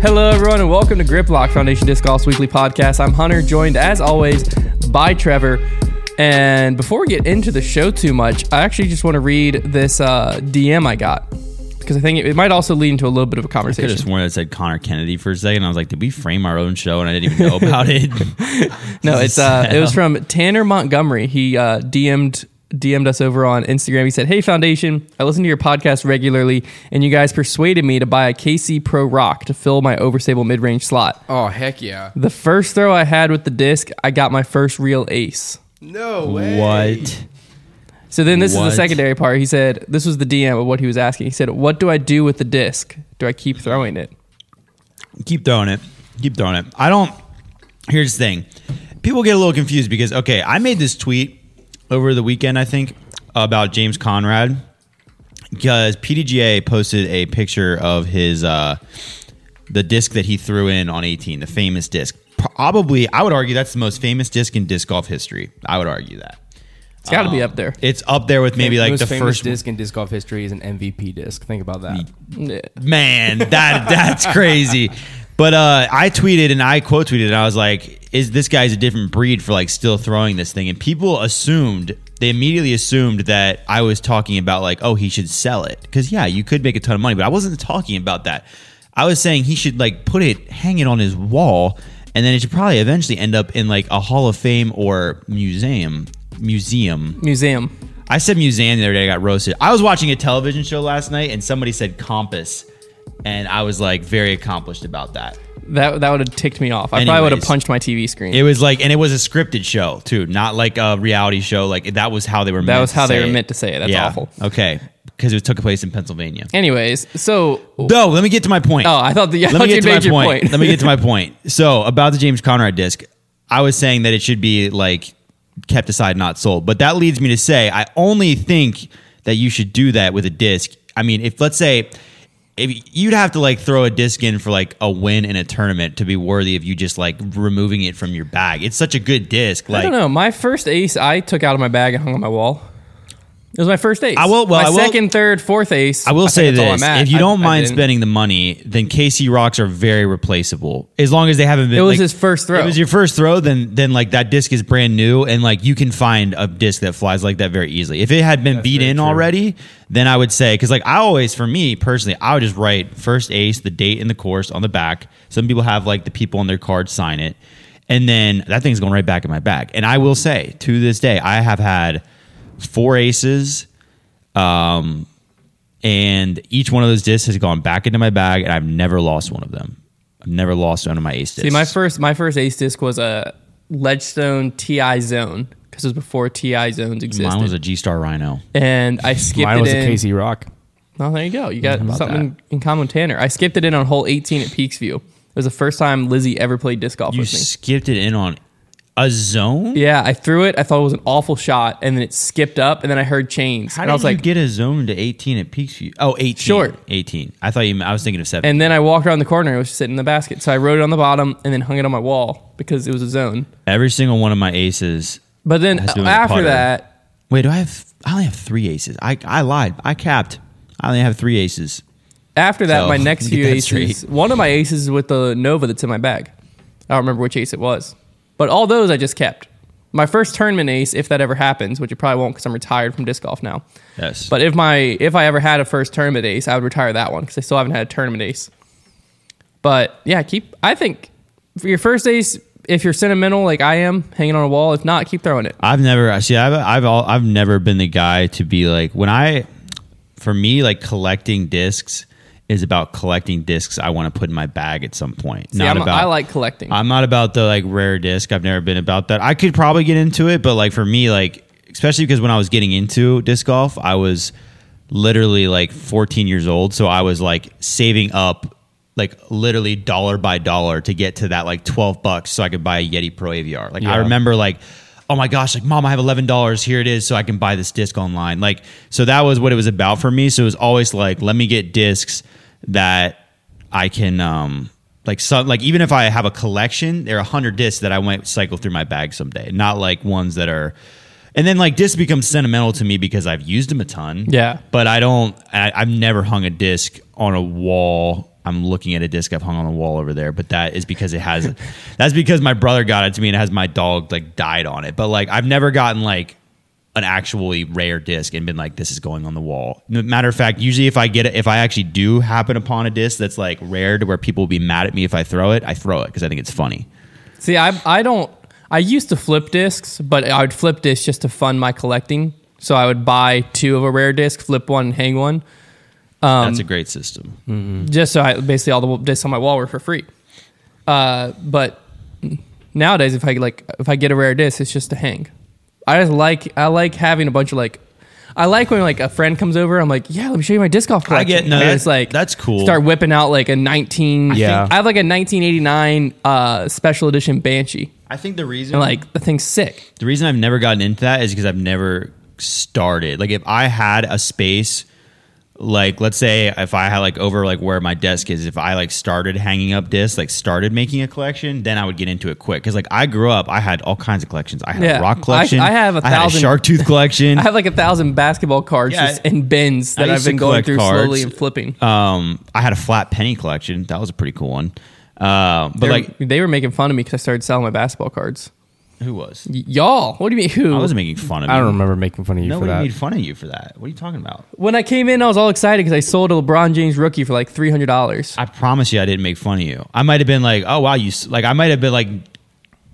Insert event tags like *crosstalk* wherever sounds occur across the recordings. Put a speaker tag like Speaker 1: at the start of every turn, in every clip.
Speaker 1: Hello, everyone, and welcome to Grip Lock Foundation Disc Golf's weekly podcast. I'm Hunter, joined as always by Trevor. And before we get into the show too much, I actually just want to read this uh, DM I got because I think it, it might also lead into a little bit of a
Speaker 2: I could have
Speaker 1: conversation.
Speaker 2: sworn it said Connor Kennedy for a second. I was like, did we frame our own show and I didn't even know about it?
Speaker 1: No, it's uh, it was from Tanner Montgomery. He uh, DM'd DM'd us over on Instagram. He said, "Hey Foundation, I listen to your podcast regularly, and you guys persuaded me to buy a KC Pro Rock to fill my overstable mid range slot.
Speaker 3: Oh heck yeah!
Speaker 1: The first throw I had with the disc, I got my first real ace."
Speaker 3: No way.
Speaker 2: what?
Speaker 1: So then this is the
Speaker 2: What?
Speaker 1: secondary part. He said, this was the DM of what he was asking. He said, what do I do with the disc? Do I keep throwing it?
Speaker 2: Keep throwing it. Keep throwing it. I don't. Here's the thing people get a little confused because, okay, I made this tweet over the weekend, I think, about James Conrad because PDGA posted a picture of his, uh, the disc that he threw in on 18, the famous disc. Probably, I would argue that's the most famous disc in disc golf history. I would argue that.
Speaker 1: It's got to
Speaker 2: Oh.
Speaker 1: be up there.
Speaker 2: It's up there with maybe like the first
Speaker 3: disc in disc golf history is an MVP disc. Think about that.
Speaker 1: Yeah.
Speaker 2: man that that's crazy but uh i tweeted and i quote tweeted and i was like is this guy's a different breed for like still throwing this thing and people assumed they immediately assumed that i was talking about like oh he should sell it because yeah you could make a ton of money but i wasn't talking about that i was saying he should like put it hang it on his wall and then it should probably eventually end up in like a hall of fame or museum museum
Speaker 1: Museum.
Speaker 2: I said museum the other day. I got roasted. I was watching a television show last night, and somebody said compass, and I was like very accomplished about that.
Speaker 1: That, that would have ticked me off. I probably would have
Speaker 2: Anyways.
Speaker 1: punched my TV screen.
Speaker 2: It was like, and it was a scripted show too, not like a reality show. Like that was how they were. That meant
Speaker 1: was
Speaker 2: to
Speaker 1: how they
Speaker 2: say
Speaker 1: were
Speaker 2: it.
Speaker 1: meant to say it. That's awful.
Speaker 2: Okay, because it took place in Pennsylvania.
Speaker 1: Anyways, so
Speaker 2: Though, let me get to my point.
Speaker 1: Oh, I thought
Speaker 2: *laughs*
Speaker 1: that- I thought you made your point.
Speaker 2: let
Speaker 1: *laughs*
Speaker 2: me get to my point. So about the James Conrad disc, I was saying that it should be like kept aside, not sold. But that leads me to say I only think that you should do that with a disc. I mean, if let's say if you'd have to like throw a disc in for like a win in a tournament to be worthy of you just like removing it from your bag. It's such a good disc. Like
Speaker 1: I don't know. My first ace I took out of my bag and hung on my wall. It was my first ace.
Speaker 2: I will- well,
Speaker 1: my
Speaker 2: I will-
Speaker 1: second, third, fourth ace.
Speaker 2: I will
Speaker 1: think
Speaker 2: say
Speaker 1: that's all
Speaker 2: this:
Speaker 1: I'm at.
Speaker 2: if you
Speaker 1: I-
Speaker 2: don't
Speaker 1: I
Speaker 2: mind
Speaker 1: didn't.
Speaker 2: spending the money, then KC rocks are very replaceable. As long as they haven't been,
Speaker 1: It was
Speaker 2: like-
Speaker 1: his first throw.
Speaker 2: It was your first throw, then then like that disc is brand new, and like you can find a disc that flies like that very easily. If it had been beat
Speaker 3: very
Speaker 2: in
Speaker 3: true.
Speaker 2: already, then I would say because like I always, for me personally, I would just write first ace, the date, and the course on the back. Some people have like the people on their card sign it, and then that thing's going right back in my bag. And I will say to this day, I have had four aces um, and each one of those discs has gone back into my bag, and I've never lost one of them. I've never lost one of my ace discs.
Speaker 1: See, my first my first ace disc was a Ledgestone TI Zone because it was before TI zones existed,
Speaker 2: Mine was a G Star Rhino.
Speaker 1: and I skipped
Speaker 3: Mine
Speaker 1: it
Speaker 3: was
Speaker 1: in.
Speaker 3: a Casey Rock.
Speaker 1: Oh, there you go. You got
Speaker 2: about
Speaker 1: something in common with Tanner. I skipped it in on hole 18 at Peaksview. It was the first time Lizzie ever played disc golf
Speaker 2: You
Speaker 1: with me.
Speaker 2: skipped it in on a zone.
Speaker 1: yeah, I threw it. I thought it was an awful shot, and then it skipped up, and then I heard chains,
Speaker 2: How
Speaker 1: and
Speaker 2: did
Speaker 1: I was
Speaker 2: you
Speaker 1: like,
Speaker 2: get a zone to 18 at Peaksview? Oh, 18.
Speaker 1: Short.
Speaker 2: 18. I thought you. I was thinking of seven.
Speaker 1: and then I walked around the corner. It was just sitting in the basket, so I wrote it on the bottom and then hung it on my wall because it was a zone.
Speaker 2: Every single one of my aces.
Speaker 1: But then
Speaker 2: Has to do with the
Speaker 1: after
Speaker 2: putter.
Speaker 1: that,
Speaker 2: Wait, do I have? I only have three aces. I I lied. I capped. I only have three aces.
Speaker 1: after that,
Speaker 2: So,
Speaker 1: my next
Speaker 2: *laughs* get
Speaker 1: few
Speaker 2: that
Speaker 1: aces,
Speaker 2: straight.
Speaker 1: one of my aces is with the Nova that's in my bag. I don't remember which ace it was, but all those I just kept. My first tournament ace, if that ever happens, which it probably won't because I'm retired from disc golf now.
Speaker 2: Yes,
Speaker 1: But if my if I ever had a first tournament ace, I would retire that one because I still haven't had a tournament ace. But yeah, keep. I think for your first ace, if you're sentimental like I am, hanging on a wall. If not, keep throwing it.
Speaker 2: I've never I see I've I've all, I've never been the guy to be like when I for me like collecting discs is about collecting discs I want to put in my bag at some point.
Speaker 1: See,
Speaker 2: not
Speaker 1: I'm-
Speaker 2: about
Speaker 1: I like collecting.
Speaker 2: I'm not about the like rare disc. I've never been about that. I could probably get into it, but like for me, like especially because when I was getting into disc golf, I was literally like 14 years old, so I was like saving up like literally dollar by dollar to get to that like 12 bucks so I could buy a Yeti Pro AVR. Like I
Speaker 3: Yeah.
Speaker 2: remember like oh my gosh, like mom, I have eleven dollars. Here it is, so I can buy this disc online. Like so that was what it was about for me. So it was always like, let me get discs that I can um like some like even if I have a collection, there are hundred discs that I might cycle through my bag someday. Not like ones that are and then like discs become sentimental to me because I've used them a ton.
Speaker 1: Yeah.
Speaker 2: But I don't I, I've never hung a disc on a wall. I'm looking at a disc I've hung on the wall over there, but that is because it has. *laughs* that's because my brother got it to me and it has my dog like died on it. But like I've never gotten like an actually rare disc and been like, this is going on the wall. No- Matter of fact, usually if I get it, if I actually do happen upon a disc that's like rare to where people will be mad at me if I throw it, I throw it because I think it's funny.
Speaker 1: See, I I don't. I used to flip discs, but I would flip discs just to fund my collecting. So I would buy two of a rare disc, flip one, and hang one, Um,
Speaker 2: that's a great system.
Speaker 1: just so I basically all the discs on my wall were for free. Uh, but nowadays, if I like, if I get a rare disc, it's just to hang. I just like I like having a bunch of like. I like when like a friend comes over. I'm like, yeah, let me show you my disc golf
Speaker 2: I
Speaker 1: collection.
Speaker 2: get- no,
Speaker 1: And
Speaker 2: that-
Speaker 1: it's like
Speaker 2: that's cool.
Speaker 1: Start whipping out like a 19.
Speaker 2: Yeah.
Speaker 1: I have like a 1989 uh, special edition Banshee.
Speaker 2: I think the reason
Speaker 1: And like the thing's sick.
Speaker 2: The reason I've never gotten into that is because I've never started. Like if I had a space, like let's say if I had like over like where my desk is, if I like started hanging up discs, like started making a collection, then I would get into it quick. Because like I grew up, I had all kinds of collections. I had
Speaker 1: Yeah.
Speaker 2: a rock
Speaker 1: I-
Speaker 2: collection.
Speaker 1: I have a
Speaker 2: had
Speaker 1: thousand-
Speaker 2: shark tooth collection.
Speaker 1: I have like a thousand basketball cards
Speaker 2: Yeah,
Speaker 1: just in bins that
Speaker 2: I
Speaker 1: I've
Speaker 2: used to
Speaker 1: been going
Speaker 2: collect
Speaker 1: through slowly
Speaker 2: cards.
Speaker 1: and flipping.
Speaker 2: um, I had a flat penny collection. That was a pretty cool one. Uh, but
Speaker 1: They were-
Speaker 2: like,
Speaker 1: they were making fun of me because I started selling my basketball cards.
Speaker 2: who was?
Speaker 1: Y- y'all, what do you mean who?
Speaker 2: I wasn't making fun of.
Speaker 3: I
Speaker 2: you.
Speaker 3: don't remember making fun of you
Speaker 2: Nobody
Speaker 3: for that.
Speaker 2: made fun of you for that. What are you talking about?
Speaker 1: when I came in, I was all excited because I sold a LeBron James rookie for like three hundred dollars.
Speaker 2: I promise you, I didn't make fun of you. I might have been like, "Oh wow, you s- like." I might have been like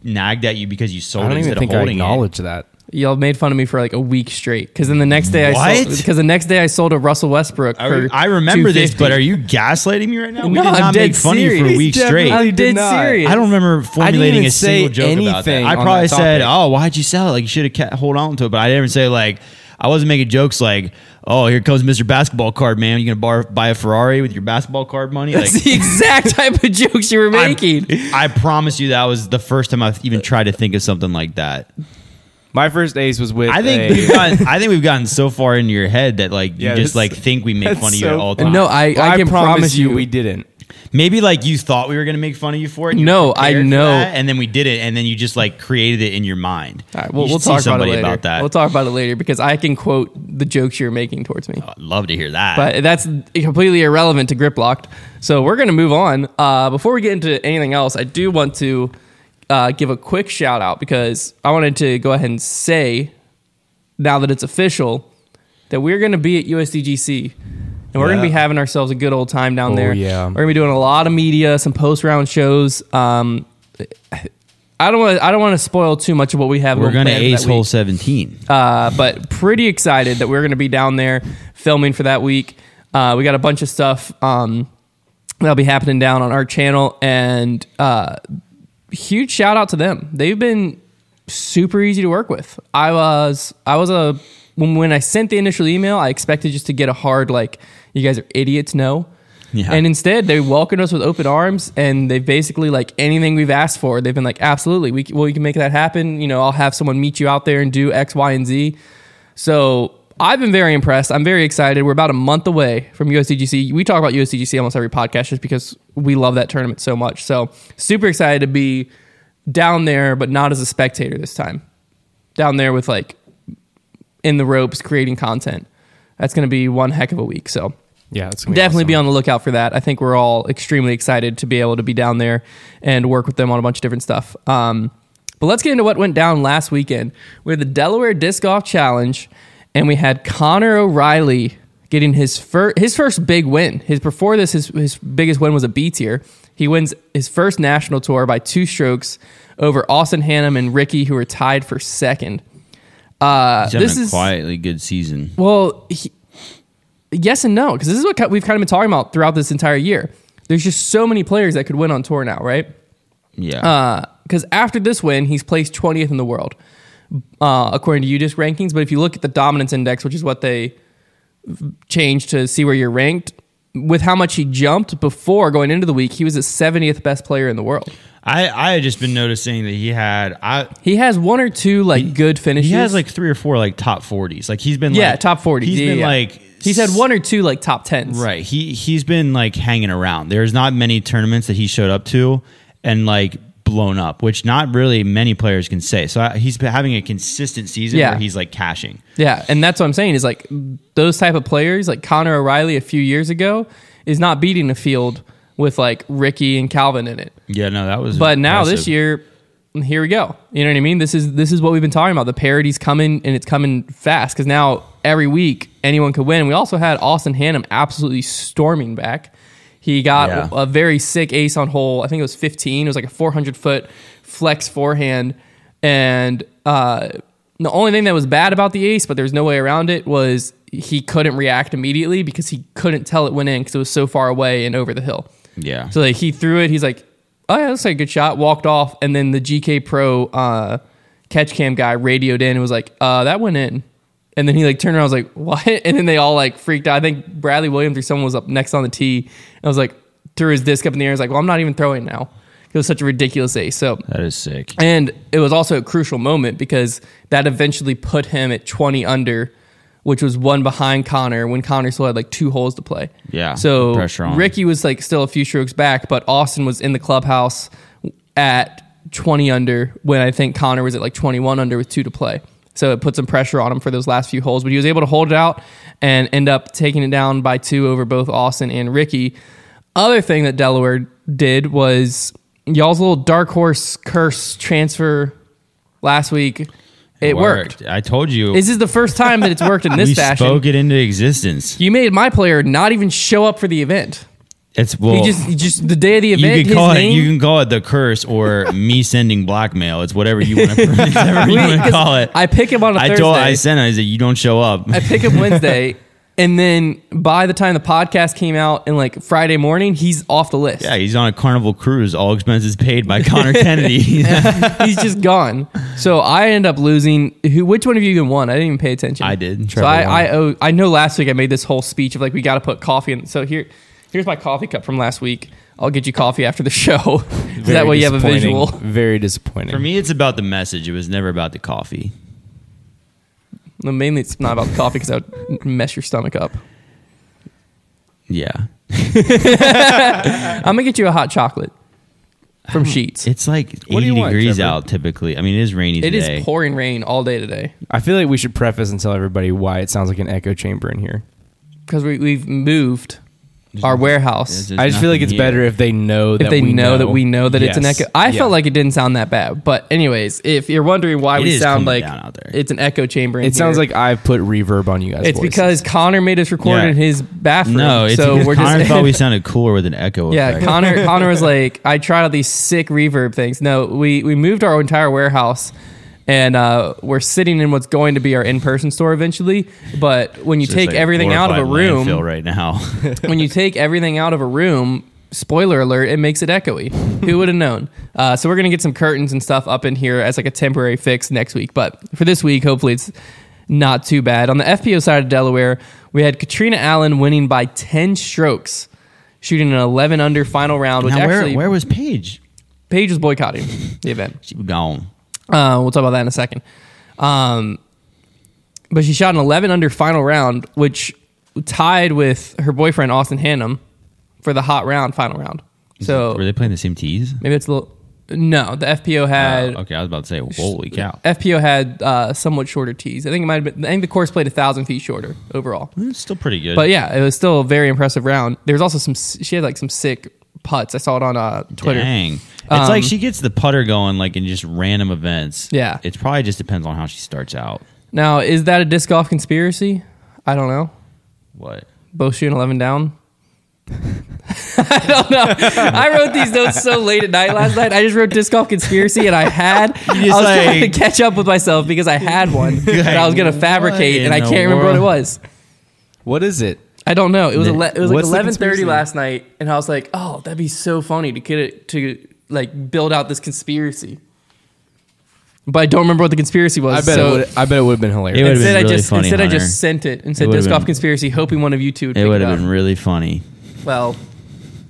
Speaker 2: nagged at you because you sold
Speaker 3: I
Speaker 2: it
Speaker 3: don't
Speaker 2: instead
Speaker 3: even
Speaker 2: of
Speaker 3: think I
Speaker 2: holding it.
Speaker 3: acknowledge that.
Speaker 1: Y'all made fun of me for like a week straight because then the next day I sold
Speaker 2: What?
Speaker 1: because the next day I sold a Russell Westbrook.
Speaker 2: I,
Speaker 1: for
Speaker 2: re- I remember this,
Speaker 1: $250.
Speaker 2: but are you gaslighting me right now? We
Speaker 1: No,
Speaker 2: did
Speaker 1: I'm
Speaker 2: not
Speaker 1: dead
Speaker 2: make fun of you for
Speaker 1: serious.
Speaker 2: a week
Speaker 3: He's
Speaker 2: straight.
Speaker 3: definitely
Speaker 1: I did
Speaker 3: did not.
Speaker 1: serious.
Speaker 2: I don't remember formulating
Speaker 3: even
Speaker 2: a single
Speaker 3: say
Speaker 2: joke about that.
Speaker 3: anything
Speaker 2: I
Speaker 3: on
Speaker 2: probably
Speaker 3: that
Speaker 2: said,
Speaker 3: topic.
Speaker 2: "Oh, why'd you sell it? Like you should have kept hold on to it." But I didn't say like I wasn't making jokes like, "Oh, here comes Mr. Basketball Card Man. You gonna bar- buy a Ferrari with your basketball card
Speaker 3: *laughs*
Speaker 2: money?" Like,
Speaker 1: That's the exact type of jokes you were
Speaker 2: I'm-
Speaker 1: making.
Speaker 2: I promise you, that was the first time I've even tried to think of something like that.
Speaker 3: My first ace was with.
Speaker 2: I think
Speaker 3: a-
Speaker 2: we've gotten. I think we've gotten so far into your head that like
Speaker 3: Yeah,
Speaker 2: you just
Speaker 3: that's-
Speaker 2: like think we make
Speaker 3: that's
Speaker 2: fun of you
Speaker 3: so
Speaker 2: at all
Speaker 3: funny.
Speaker 2: times.
Speaker 1: No, I, I, can promise you,
Speaker 3: we didn't.
Speaker 2: maybe like you thought we were gonna make fun of you for it. and you
Speaker 1: No,
Speaker 2: were
Speaker 1: I
Speaker 2: prepared for
Speaker 1: know.
Speaker 2: that, and then we did it, and then you just like created it in your mind.
Speaker 1: All right, we'll,
Speaker 2: You
Speaker 1: we'll
Speaker 2: should see
Speaker 1: talk about it
Speaker 2: somebody
Speaker 1: later.
Speaker 2: about that.
Speaker 1: We'll talk about it later because I can quote the jokes you're making towards me.
Speaker 2: I'd love to hear that.
Speaker 1: but that's completely irrelevant to grip locked so we're going to move on uh, before we get into anything else i do want to uh, give a quick shout out because i wanted to go ahead and say now that it's official that we're going to be at usdgc and we're going to be
Speaker 2: Yeah.
Speaker 1: having ourselves a good old time down
Speaker 3: Oh,
Speaker 1: there
Speaker 3: yeah.
Speaker 1: we're going to be doing a lot of media some post round shows um, i don't want i don't want to spoil too much of what we have
Speaker 2: we're gonna
Speaker 1: planned for that
Speaker 2: ace
Speaker 1: week.
Speaker 2: hole seventeen.
Speaker 1: Uh, but pretty excited that we're going to be down there filming for that week. Uh, we got a bunch of stuff um, that'll be happening down on our channel, and uh, huge shout out to them. They've been super easy to work with. I was I was a when when I sent the initial email, I expected just to get a hard like you guys are idiots no.
Speaker 2: Yeah.
Speaker 1: And instead, they welcomed us with open arms, and they basically like anything we've asked for. They've been like, "Absolutely, we c- well, we can make that happen." You know, I'll have someone meet you out there and do X, Y, and Z. So I've been very impressed. I'm very excited. We're about a month away from USDGC. We talk about USDGC almost every podcast just because we love that tournament so much. So super excited to be down there, but not as a spectator this time. Down there with like in the ropes, creating content. That's going to be one heck of a week. So
Speaker 3: Yeah, it's
Speaker 1: definitely be on the lookout for that. I think we're all extremely excited to be able to be down there and work with them on a bunch of different stuff. Um, but let's get into what went down last weekend. We had the Delaware Disc Golf Challenge, and we had Connor O'Reilly getting his first his first big win. His before this, his his biggest win was a B tier. He wins his first national tour by two strokes over Austin Hannum and Ricky, who are tied for second. Uh,
Speaker 2: He's having
Speaker 1: this
Speaker 2: a
Speaker 1: is
Speaker 2: quietly good season.
Speaker 1: well, he, yes and no, because this is what ki- we've kind of been talking about throughout this entire year. There's just so many players that could win on tour now, right?
Speaker 2: Yeah,
Speaker 1: Uh, Because after this win, he's placed 20th in the world, uh, according to UDisc rankings. But if you look at the dominance index, which is what they change to see where you're ranked, with how much he jumped before going into the week, he was the 70th best player in the world.
Speaker 2: I I had just been noticing that he had I
Speaker 1: He has one or two like good finishes.
Speaker 2: he has like three or four like top forties. Like he's been
Speaker 1: yeah,
Speaker 2: like,
Speaker 1: top 40.
Speaker 2: He's
Speaker 1: yeah,
Speaker 2: been
Speaker 1: yeah.
Speaker 2: like
Speaker 1: he's had one or two like top tens.
Speaker 2: Right. He he's been like hanging around. There's not many tournaments that he showed up to and like blown up, which not really many players can say. So I, he's been having a consistent season
Speaker 1: Yeah.
Speaker 2: where he's like cashing.
Speaker 1: Yeah, and that's what I'm saying is like those type of players, like Connor O'Reilly a few years ago, is not beating a field with like Ricky and Calvin in it.
Speaker 2: Yeah, no, that was.
Speaker 1: But now
Speaker 2: impressive.
Speaker 1: this year, here we go. You know what I mean? This is this is what we've been talking about. The parody's coming and it's coming fast because now every week anyone could win. We also had Austin Hannum absolutely storming back. He got
Speaker 2: Yeah.
Speaker 1: a very sick ace on hole. I think it was 15. It was like a 400 foot flex forehand. And uh, the only thing that was bad about the ace, but there's no way around it, was he couldn't react immediately because he couldn't tell it went in because it was so far away and over the hill.
Speaker 2: yeah,
Speaker 1: So like he threw it. He's like, oh yeah, that's like a good shot. Walked off, and then the GK Pro uh, catch cam guy radioed in and was like, uh, that went in. And then he like turned around, I was like, what? *laughs* And then they all like freaked out. I think Bradley Williams or someone was up next on the tee. And I was like, threw his disc up in the air. He's like, well, I'm not even throwing now. It was such a ridiculous ace. So
Speaker 2: that is sick.
Speaker 1: and it was also a crucial moment because that eventually put him at 20 under, which was one behind Connor when Connor still had like two holes to play.
Speaker 2: Yeah,
Speaker 1: So
Speaker 2: pressure on.
Speaker 1: Ricky was like still a few strokes back, but Austin was in the clubhouse at 20 under when I think Connor was at like 21 under with two to play. So it put some pressure on him for those last few holes, but he was able to hold it out and end up taking it down by two over both Austin and Ricky. Other thing that Delaware did was y'all's little dark horse curse transfer last week. It, worked.
Speaker 2: I told you.
Speaker 1: This is the first time that it's worked
Speaker 2: *laughs*
Speaker 1: in this
Speaker 2: we
Speaker 1: fashion.
Speaker 2: spoke it into existence.
Speaker 1: You made my player not even show up for the event.
Speaker 2: It's well.
Speaker 1: He just, he just the day of the
Speaker 2: you
Speaker 1: event,
Speaker 2: can call
Speaker 1: his
Speaker 2: it.
Speaker 1: name.
Speaker 2: You can call it the
Speaker 1: *laughs*
Speaker 2: curse or me sending blackmail. It's whatever you want to. *laughs* whatever
Speaker 1: *laughs*
Speaker 2: you want to call it.
Speaker 1: I pick him on a
Speaker 2: I
Speaker 1: Thursday.
Speaker 2: told. I sent. him, I said you don't show up.
Speaker 1: I pick him
Speaker 2: *laughs*
Speaker 1: Wednesday, and then by the time the podcast came out and like Friday morning, he's off the list.
Speaker 2: yeah, he's on a carnival cruise. All expenses paid by
Speaker 1: *laughs*
Speaker 2: Connor Kennedy.
Speaker 1: he's just gone. So I end up losing. Who? Which one of you even won? I didn't even pay attention.
Speaker 2: I did.
Speaker 1: So I, I owe. I know last week I made this whole speech of like we got to put coffee in. So here, here's my coffee cup from last week. I'll get you coffee after the show. *laughs* that
Speaker 3: Very
Speaker 1: way you have a
Speaker 3: disappointing.
Speaker 1: visual.
Speaker 3: Very disappointing.
Speaker 2: For me, it's about the message. It was never about the coffee.
Speaker 1: No, mainly it's not about the coffee because I would mess your stomach up.
Speaker 2: Yeah,
Speaker 1: I'm gonna get you a hot chocolate from Sheets.
Speaker 2: Oh, it's like
Speaker 3: What do
Speaker 2: eighty
Speaker 3: you want,
Speaker 2: degrees
Speaker 3: Trevor?
Speaker 2: out typically. I mean, it is rainy
Speaker 1: It
Speaker 2: today.
Speaker 1: is pouring rain all day today
Speaker 3: I feel like we should preface and tell everybody why it sounds like an echo chamber in here.
Speaker 1: because we, we've moved our warehouse.
Speaker 2: There's
Speaker 3: I just feel like
Speaker 2: nothing
Speaker 3: it's
Speaker 2: here.
Speaker 3: better if they know that
Speaker 1: if they
Speaker 3: we
Speaker 1: know, that we know that it's an
Speaker 3: Yes.
Speaker 1: echo. I
Speaker 3: Yeah.
Speaker 1: felt like it didn't sound that bad, but anyways, if you're wondering why
Speaker 2: It
Speaker 1: we
Speaker 2: is
Speaker 1: sound
Speaker 2: coming
Speaker 1: like
Speaker 2: down out there.
Speaker 1: it's an echo chamber, in
Speaker 3: It sounds
Speaker 1: here,
Speaker 3: like I've put reverb on you guys.
Speaker 1: it's
Speaker 3: voices.
Speaker 1: because Connor made us record
Speaker 2: Yeah.
Speaker 1: in his bathroom.
Speaker 2: No, it's
Speaker 1: so we're
Speaker 2: Connor
Speaker 1: just *laughs*
Speaker 2: thought we sounded cooler with an echo.
Speaker 1: yeah.
Speaker 2: effect.
Speaker 1: Connor Connor was like, I tried out these sick reverb things. No, we we moved our entire warehouse. And uh, we're sitting in what's going to be our in-person store eventually. But when you
Speaker 2: It's
Speaker 1: take
Speaker 2: like
Speaker 1: everything out of a
Speaker 2: glorified
Speaker 1: room,
Speaker 2: landfill right now.
Speaker 1: when
Speaker 2: *laughs*
Speaker 1: you take everything out of a room, spoiler alert, it makes it echoey. Who would have known? Uh, so we're gonna get some curtains and stuff up in here as like a temporary fix next week. But for this week, hopefully it's not too bad. On the FPO side of Delaware, we had Katrina Allen winning by ten strokes, shooting an eleven under final round, *laughs* which
Speaker 2: now, where,
Speaker 1: actually
Speaker 2: where was Paige?
Speaker 1: Paige was boycotting the event.
Speaker 2: She was gone.
Speaker 1: Uh, we'll talk about that in a second. Um, but she shot an 11 under final round, which tied with her boyfriend Austin Hannum for the hot round final round. So
Speaker 2: Were they playing the same tees?
Speaker 1: maybe it's a little. No, the FPO had
Speaker 2: Oh, okay, I was about to say, holy cow.
Speaker 1: FPO had uh, somewhat shorter tees. I think it might have been. I think the course played a thousand feet shorter overall.
Speaker 2: It's still pretty good.
Speaker 1: But yeah, it was still a very impressive round. There's also some. She had like some sick putts. I saw it on uh, Twitter. Um,
Speaker 2: Dang. It's like she gets the putter going like in just random events.
Speaker 1: Yeah.
Speaker 2: It probably just depends on how she starts out.
Speaker 1: Now, is that a disc golf conspiracy? I don't know.
Speaker 2: What?
Speaker 1: both shooting 11 down. *laughs* I don't know. I wrote these notes so late at night last night. I just wrote disc golf conspiracy, and I
Speaker 2: *laughs*
Speaker 1: had I was trying
Speaker 2: like-
Speaker 1: to catch up with myself because I had
Speaker 2: *laughs*
Speaker 1: one that I was going to
Speaker 2: what
Speaker 1: fabricate,
Speaker 2: in
Speaker 1: and I
Speaker 2: the
Speaker 1: can't remember what it
Speaker 2: world?
Speaker 1: was.
Speaker 3: what is it?
Speaker 1: I don't know. It was ele- it was like
Speaker 3: What's the
Speaker 1: eleven thirty
Speaker 3: conspiracy?
Speaker 1: last night, and I was like, "Oh, that'd be so funny to get it to like build out this conspiracy." But I don't remember what the conspiracy was.
Speaker 3: I bet
Speaker 1: so
Speaker 3: it would. I bet it would have been hilarious.
Speaker 2: It would've
Speaker 1: instead,
Speaker 2: been
Speaker 1: I
Speaker 2: really
Speaker 1: just
Speaker 2: funny,
Speaker 1: instead I
Speaker 2: Hunter.
Speaker 1: just sent it and said
Speaker 2: would've
Speaker 1: disc golf
Speaker 2: been-
Speaker 1: conspiracy, hoping one of you two would
Speaker 2: It
Speaker 1: pick
Speaker 2: would
Speaker 1: it
Speaker 2: have
Speaker 1: up.
Speaker 2: been really funny.
Speaker 1: Well,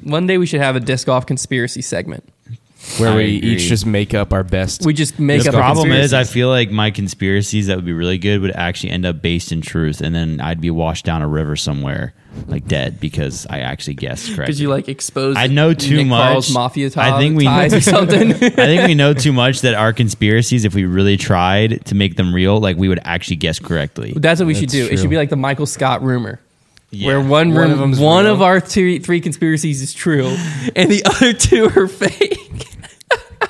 Speaker 1: one day we should have a disc golf conspiracy segment.
Speaker 3: where
Speaker 2: I
Speaker 3: we
Speaker 2: agree.
Speaker 3: each just make up our best.
Speaker 1: We just make
Speaker 2: the
Speaker 1: up. a
Speaker 2: problem is, I
Speaker 1: conspiracy.
Speaker 2: feel like my conspiracies that would be really good would actually end up based in truth, and then I'd be washed down a river somewhere, like dead, because I actually guessed correctly.
Speaker 1: because you like expose.
Speaker 2: I know too
Speaker 1: Nick Carl's
Speaker 2: much.
Speaker 1: mafia
Speaker 2: I
Speaker 1: ties,
Speaker 2: think we-
Speaker 1: ties or something.
Speaker 2: *laughs* I think we know too much that our conspiracies, if we really tried to make them real, like we would actually guess correctly.
Speaker 1: *laughs* That's what we should
Speaker 3: That's
Speaker 1: do. It
Speaker 3: true.
Speaker 1: should be like the Michael Scott rumor. where one,
Speaker 3: One
Speaker 1: room,
Speaker 3: of them's
Speaker 1: one
Speaker 3: real.
Speaker 1: of our three, three conspiracies is
Speaker 2: *laughs*
Speaker 1: true, and the other two are fake.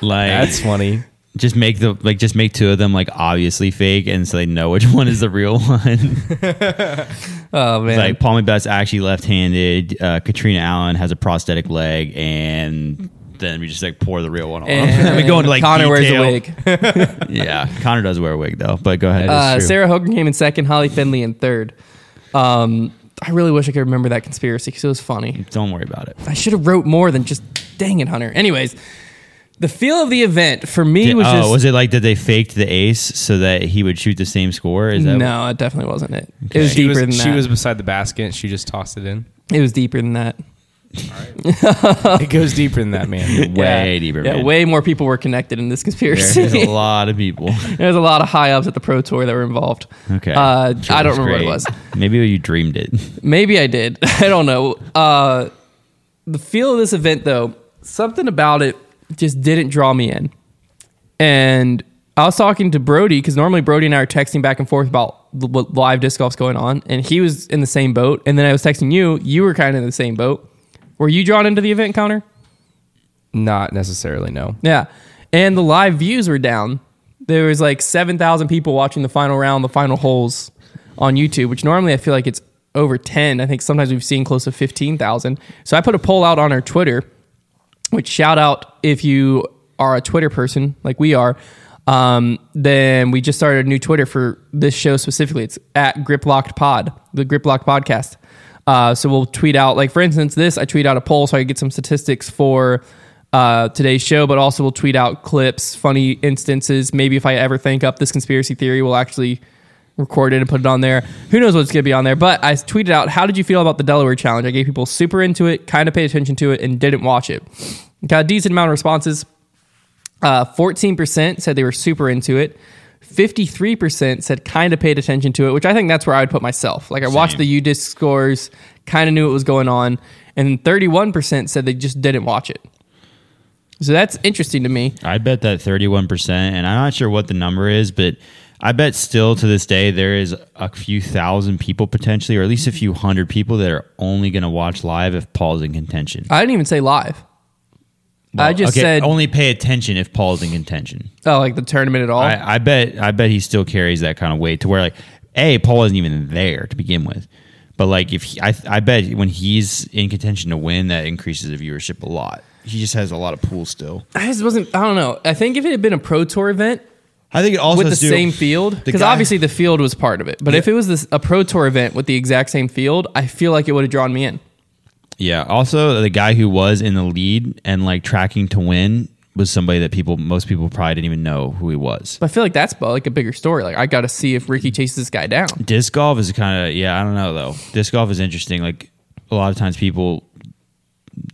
Speaker 2: like
Speaker 3: *laughs* That's funny.
Speaker 2: just make the like just make two of them like obviously fake, and so they know which *laughs* one is the real one.
Speaker 1: Oh man, *laughs*
Speaker 2: like *laughs* Palmy Best actually left-handed. Uh, Katrina Allen has a prosthetic leg, and then we just like pour the real one on.
Speaker 1: and,
Speaker 2: *laughs* we go into like
Speaker 1: Connor
Speaker 2: detail.
Speaker 1: wears a wig.
Speaker 2: Yeah, Connor does wear a wig though. But go ahead.
Speaker 1: Uh,
Speaker 3: true.
Speaker 1: Sarah Hogan came in second, Holly Finley in third. Um, I really wish I could remember that conspiracy because it was funny.
Speaker 2: Don't worry about it.
Speaker 1: I should have wrote more than just dang it, Hunter. Anyways, the feel of the event for me was
Speaker 2: oh,
Speaker 1: just
Speaker 2: was it like that they faked the ace so that he would shoot the same score? Is that
Speaker 1: no, it definitely wasn't it. It was
Speaker 3: She
Speaker 1: deeper
Speaker 3: was,
Speaker 1: than that.
Speaker 3: she was beside the basket and she just tossed it in.
Speaker 1: it was deeper than that.
Speaker 3: It goes deeper than that,
Speaker 2: *laughs*
Speaker 3: man.
Speaker 2: way deeper?
Speaker 1: Yeah,
Speaker 2: man.
Speaker 1: way more people were connected in this conspiracy.
Speaker 2: There's
Speaker 1: *laughs*
Speaker 2: a lot of people. *laughs*
Speaker 1: There's a lot of high ups at the pro tour that were involved.
Speaker 2: Okay,
Speaker 1: Uh, I don't
Speaker 2: That's
Speaker 1: remember
Speaker 2: great.
Speaker 1: what it was.
Speaker 2: Maybe you dreamed it.
Speaker 1: Maybe I did. *laughs* I don't know. Uh, the feel of this event, though, something about it just didn't draw me in. And I was talking to Brody because normally Brody and I are texting back and forth about the- what live disc golf's going on, and he was in the same boat. And then I was texting you. You were kind of in the same boat. Were you drawn into the event, Connor?
Speaker 3: Not necessarily, no.
Speaker 1: Yeah. And the live views were down. There was like 7,000 people watching the final round, the final holes on YouTube, which normally I feel like it's over 10. I think sometimes we've seen close to 15,000. So I put a poll out on our Twitter, which shout out if you are a Twitter person like we are. Um, then we just started a new Twitter for this show specifically. It's at Griplocked Pod, the Griplocked Podcast. Uh, so we'll tweet out, like for instance, this I tweet out a poll so I get some statistics for uh, today's show, but also we'll tweet out clips, funny instances. Maybe if I ever think up this conspiracy theory, we'll actually record it and put it on there. Who knows what's going to be on there? But I tweeted out, "How did you feel about the Delaware challenge?" I gave people super into it, kind of paid attention to it, and didn't watch it. Got a decent amount of responses. Uh, Fourteen percent said they were super into it. Fifty-three percent said kind of paid attention to it, which I think that's where I would put myself. Like I watched the U disc scores, kind of knew what was going on, and thirty-one percent said they just didn't watch it. So that's interesting to me.
Speaker 2: I bet that 31%, and I'm not sure what the number is, but I bet still to this day there is a few thousand people potentially, or at least a few hundred people that are only going to watch live if Paul's in contention.
Speaker 1: I didn't even say live. I just
Speaker 2: Okay,
Speaker 1: said,
Speaker 2: only pay attention if Paul's in contention.
Speaker 1: oh, like the tournament at all.
Speaker 2: I, I bet I bet he still carries that kind of weight to where like, a Paul isn't even there to begin with, but like if he, I I bet when he's in contention to win, that increases the viewership a lot. He just has a lot of pull still.
Speaker 1: I just wasn't. I don't know. I think if it had been a pro tour event
Speaker 2: I think it also
Speaker 1: with the
Speaker 2: has to do-
Speaker 1: same field,
Speaker 2: the
Speaker 1: because
Speaker 2: guy-
Speaker 1: obviously the field was part of it. But if it was this, a pro tour event with the exact same field, I feel like it would have drawn me in.
Speaker 2: Yeah. Also, the guy who was in the lead and like tracking to win was somebody that people, most people probably didn't even know who he was.
Speaker 1: But I feel like that's about, like a bigger story. Like I got to see if Ricky chases this guy down.
Speaker 2: Disc golf is kind of, yeah, I don't know though. Disc golf is interesting. Like a lot of times people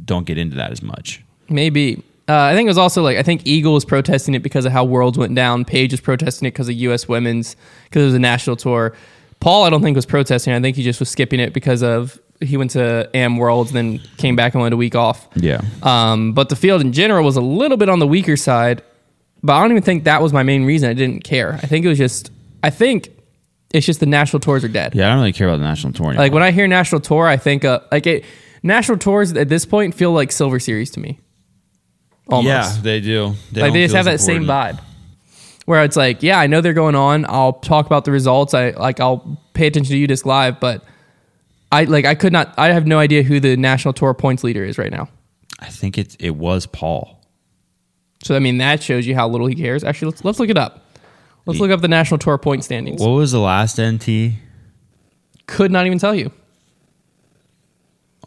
Speaker 2: don't get into that as much.
Speaker 1: Maybe. Uh, I think it was also like I think Eagle was protesting it because of how Worlds went down. Paige was protesting it because of U.S. Women's because it was a national tour. Paul, I don't think was protesting. I think he just was skipping it because of he went to Am Worlds and then came back and went a week off.
Speaker 2: Yeah.
Speaker 1: Um, but the field in general was a little bit on the weaker side. But I don't even think that was my main reason. I didn't care. I think it was just. I think it's just the national tours are dead.
Speaker 2: Yeah. I don't really care about the national tour anymore.
Speaker 1: Like when I hear national tour, I think uh, like it, national tours at this point feel like silver series to me. Almost.
Speaker 2: yeah, they do.
Speaker 1: like
Speaker 2: don't
Speaker 1: they just
Speaker 2: feel
Speaker 1: have that
Speaker 2: as
Speaker 1: same
Speaker 2: important.
Speaker 1: vibe. Where it's like, yeah, I know they're going on. I'll talk about the results. I like I'll pay attention to you disc live, but I like I could not I have no idea who the national tour points leader is right now.
Speaker 2: I think it, it was Paul.
Speaker 1: So I mean that shows you how little he cares. Actually let's let's look it up. Let's look up the national tour point standings.
Speaker 2: What was the last NT? Why
Speaker 1: Could not even tell you.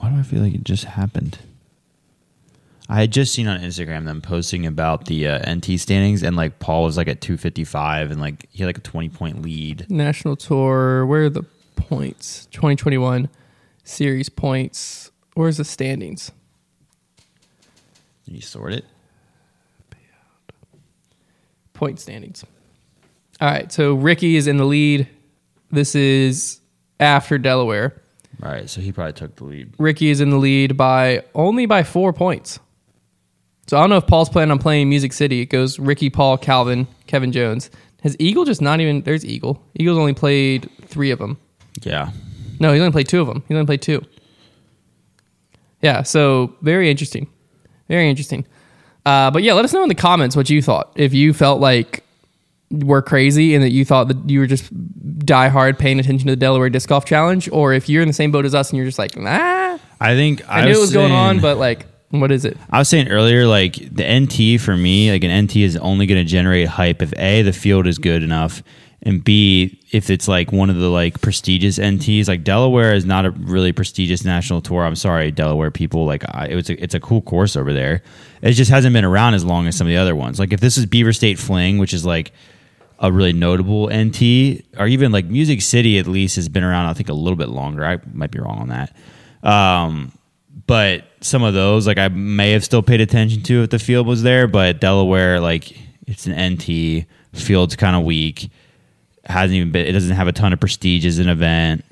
Speaker 2: do I feel like it just happened? I had just seen on Instagram them posting about the uh, NT standings, and like Paul was like at 255, and like he had like a 20 point lead.
Speaker 1: National Tour. Where are the points? 2021 series points. Where's the standings?
Speaker 2: Did you sort it?
Speaker 1: Point standings. All right. So Ricky is in the lead. This is after Delaware.
Speaker 2: All right, so he probably took the lead.
Speaker 1: Ricky is in the lead by only by four points. So I don't know if Paul's planning on playing Music City. It goes Ricky, Paul, Calvin, Kevin Jones. Has Eagle just not even? There's Eagle. Eagle's only played three of them.
Speaker 2: Yeah,
Speaker 1: No, he only played two of them. He only played two. Yeah, so very interesting. Very interesting. Uh, but yeah, let us know in the comments what you thought. If you felt like we're crazy and that you thought that you were just die hard paying attention to the Delaware Disc Golf Challenge, or if you're in the same boat as us and you're just like, nah,
Speaker 2: I think
Speaker 1: I,
Speaker 2: I,
Speaker 1: knew
Speaker 2: was
Speaker 1: it was going
Speaker 2: saying-
Speaker 1: on, but like, what is it?
Speaker 2: I was saying earlier, like the NT for me, like an NT is only going to generate hype if a the field is good enough, and b if it's like one of the like prestigious NTs. Like Delaware is not a really prestigious national tour. I'm sorry, Delaware people. Like I, it's a, it's a cool course over there. It just hasn't been around as long as some of the other ones. Like if this is Beaver State Fling, which is like a really notable NT, or even like Music City at least has been around. I think a little bit longer. I might be wrong on that. Um, but some of those like I may have still paid attention to if the field was there, but Delaware like it's an NT field's kind of weak. Hasn't even been. It doesn't have a ton of prestige as an event,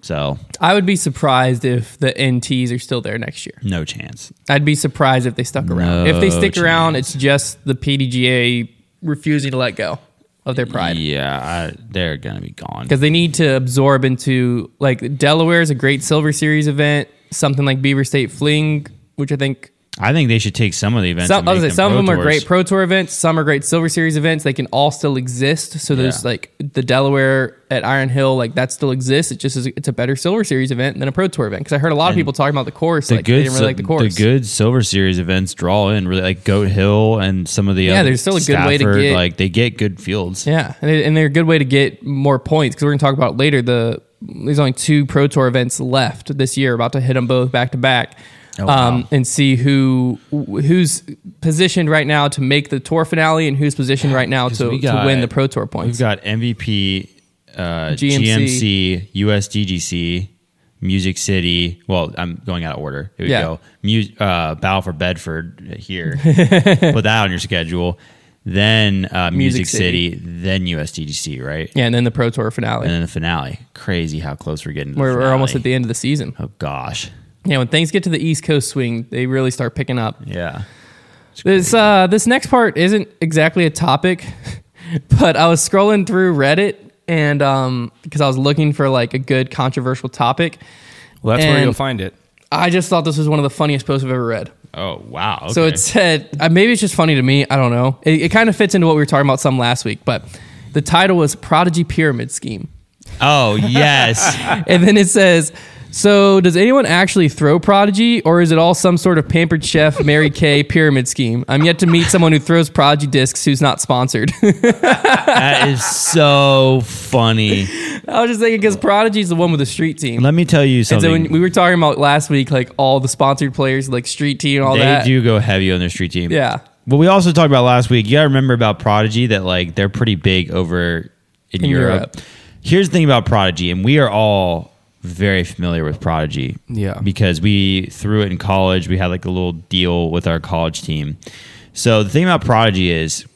Speaker 2: so
Speaker 1: I would be surprised if the NTs are still there next year.
Speaker 2: no chance.
Speaker 1: I'd be surprised if they stuck around. if they
Speaker 2: No
Speaker 1: stick around, it's just the PDGA refusing to let go of their pride.
Speaker 2: Yeah, I, they're gonna be gone.
Speaker 1: because they need to absorb into like Delaware is a great Silver Series event, something like Beaver State Fling, which I think
Speaker 2: I think they should take some of the events.
Speaker 1: some,
Speaker 2: and
Speaker 1: I was
Speaker 2: make
Speaker 1: gonna say, some
Speaker 2: pro
Speaker 1: of them are
Speaker 2: tours.
Speaker 1: great Pro Tour events, some are great Silver Series events. They can all still exist. So there's
Speaker 2: Yeah.
Speaker 1: like the Delaware at Iron Hill, like that still exists. It just is it's a better Silver Series event than a Pro Tour event because I heard a lot of people talking about the course.
Speaker 2: The
Speaker 1: like
Speaker 2: good,
Speaker 1: they didn't really
Speaker 2: sil-
Speaker 1: like the course.
Speaker 2: good Silver Series events draw in really like Goat Hill and some of the
Speaker 1: Yeah,
Speaker 2: other
Speaker 1: there's still a good way to
Speaker 2: Stafford,
Speaker 1: get-
Speaker 2: like they get good fields.
Speaker 1: Yeah, and, they, and they're a good way to get more points because we're going to talk about later. The there's only two pro tour events left this year. About to hit them both back to back,
Speaker 2: Oh, wow.
Speaker 1: um, and see who who's positioned right now to make the tour finale and who's positioned right now
Speaker 2: 'Cause
Speaker 1: to,
Speaker 2: we
Speaker 1: to win
Speaker 2: got-
Speaker 1: the pro tour
Speaker 2: We've
Speaker 1: points.
Speaker 2: got MVP, uh,
Speaker 1: GMC.
Speaker 2: GMC, USDGC, Music City. Well, I'm going out of order. Here we
Speaker 1: Yeah.
Speaker 2: go. Mu- uh, Battle for Bedford
Speaker 1: *laughs*
Speaker 2: here. Put that on your schedule. Then uh, Music,
Speaker 1: Music City.
Speaker 2: City, then USDGC, right?
Speaker 1: yeah, and then the pro tour finale.
Speaker 2: And then the finale. Crazy how close we're getting. To
Speaker 1: we're,
Speaker 2: the
Speaker 1: we're almost at
Speaker 2: finale.
Speaker 1: the end of the season.
Speaker 2: Oh gosh.
Speaker 1: Yeah, when things get to the East Coast swing, they really start picking up.
Speaker 2: Yeah.
Speaker 1: This uh, this next part isn't exactly a topic, *laughs* but I was scrolling through Reddit and um, because I was looking for like a good controversial topic,
Speaker 3: Well, that's
Speaker 1: And-
Speaker 3: where you'll find it.
Speaker 1: I just thought this was one of the funniest posts I've ever read.
Speaker 2: Oh wow.
Speaker 1: So
Speaker 2: okay.
Speaker 1: it said uh, maybe it's just funny to me. I don't know. It, it kind of fits into what we were talking about some last week, but the title was "Prodigy Pyramid Scheme." *laughs*
Speaker 2: Oh yes.
Speaker 1: and then it says, "So does anyone actually throw Prodigy, or is it all some sort of pampered chef Mary Kay pyramid scheme? I'm yet to meet someone who throws Prodigy discs who's not sponsored." *laughs*
Speaker 2: that is so funny.
Speaker 1: I was just thinking because Prodigy's the one with the street team.
Speaker 2: Let me tell you
Speaker 1: And
Speaker 2: something.
Speaker 1: so when we were talking about last week, like all the sponsored players, like street team, and all
Speaker 2: they
Speaker 1: that.
Speaker 2: do go heavy on their street team.
Speaker 1: Yeah.
Speaker 2: Well, we also talked about last week. You gotta remember about Prodigy that like they're pretty big over in,
Speaker 1: In
Speaker 2: Europe.
Speaker 1: Europe.
Speaker 2: Here's the thing about Prodigy, and we are all very familiar with Prodigy.
Speaker 3: Yeah.
Speaker 2: Because we threw it in college. We had like a little deal with our college team. So the thing about Prodigy is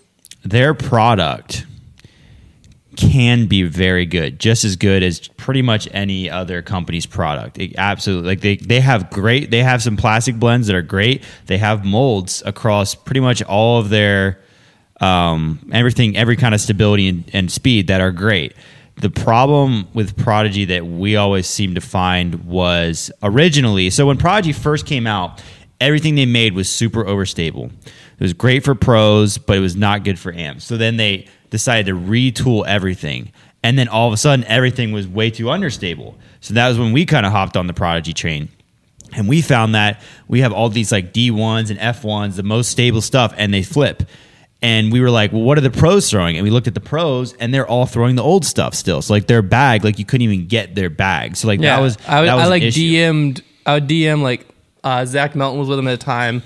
Speaker 2: their product can be very good, just as good as pretty much any other company's product. It- absolutely, like they they have great. They have some plastic blends that are great. They have molds across pretty much all of their um, everything, every kind of stability and, and speed that are great. The problem with Prodigy that we always seem to find was originally so when Prodigy first came out, everything they made was super overstable. It was great for pros, but it was not good for amps. So then they decided to retool everything. And then all of a sudden, everything was way too understable. So that was when we kind of hopped on the Prodigy train. And we found that we have all these like D1s and F1s, the most stable stuff, and they flip. And we were like, well, what are the pros throwing? And we looked at the pros, and they're all throwing the old stuff still. So like their bag, like you couldn't even get their bag. So like
Speaker 1: Yeah.
Speaker 2: that was
Speaker 1: I, would-
Speaker 2: that was
Speaker 1: I
Speaker 2: an
Speaker 1: like
Speaker 2: issue.
Speaker 1: DM'd, I would DM like uh, Zach Melton was with him at the time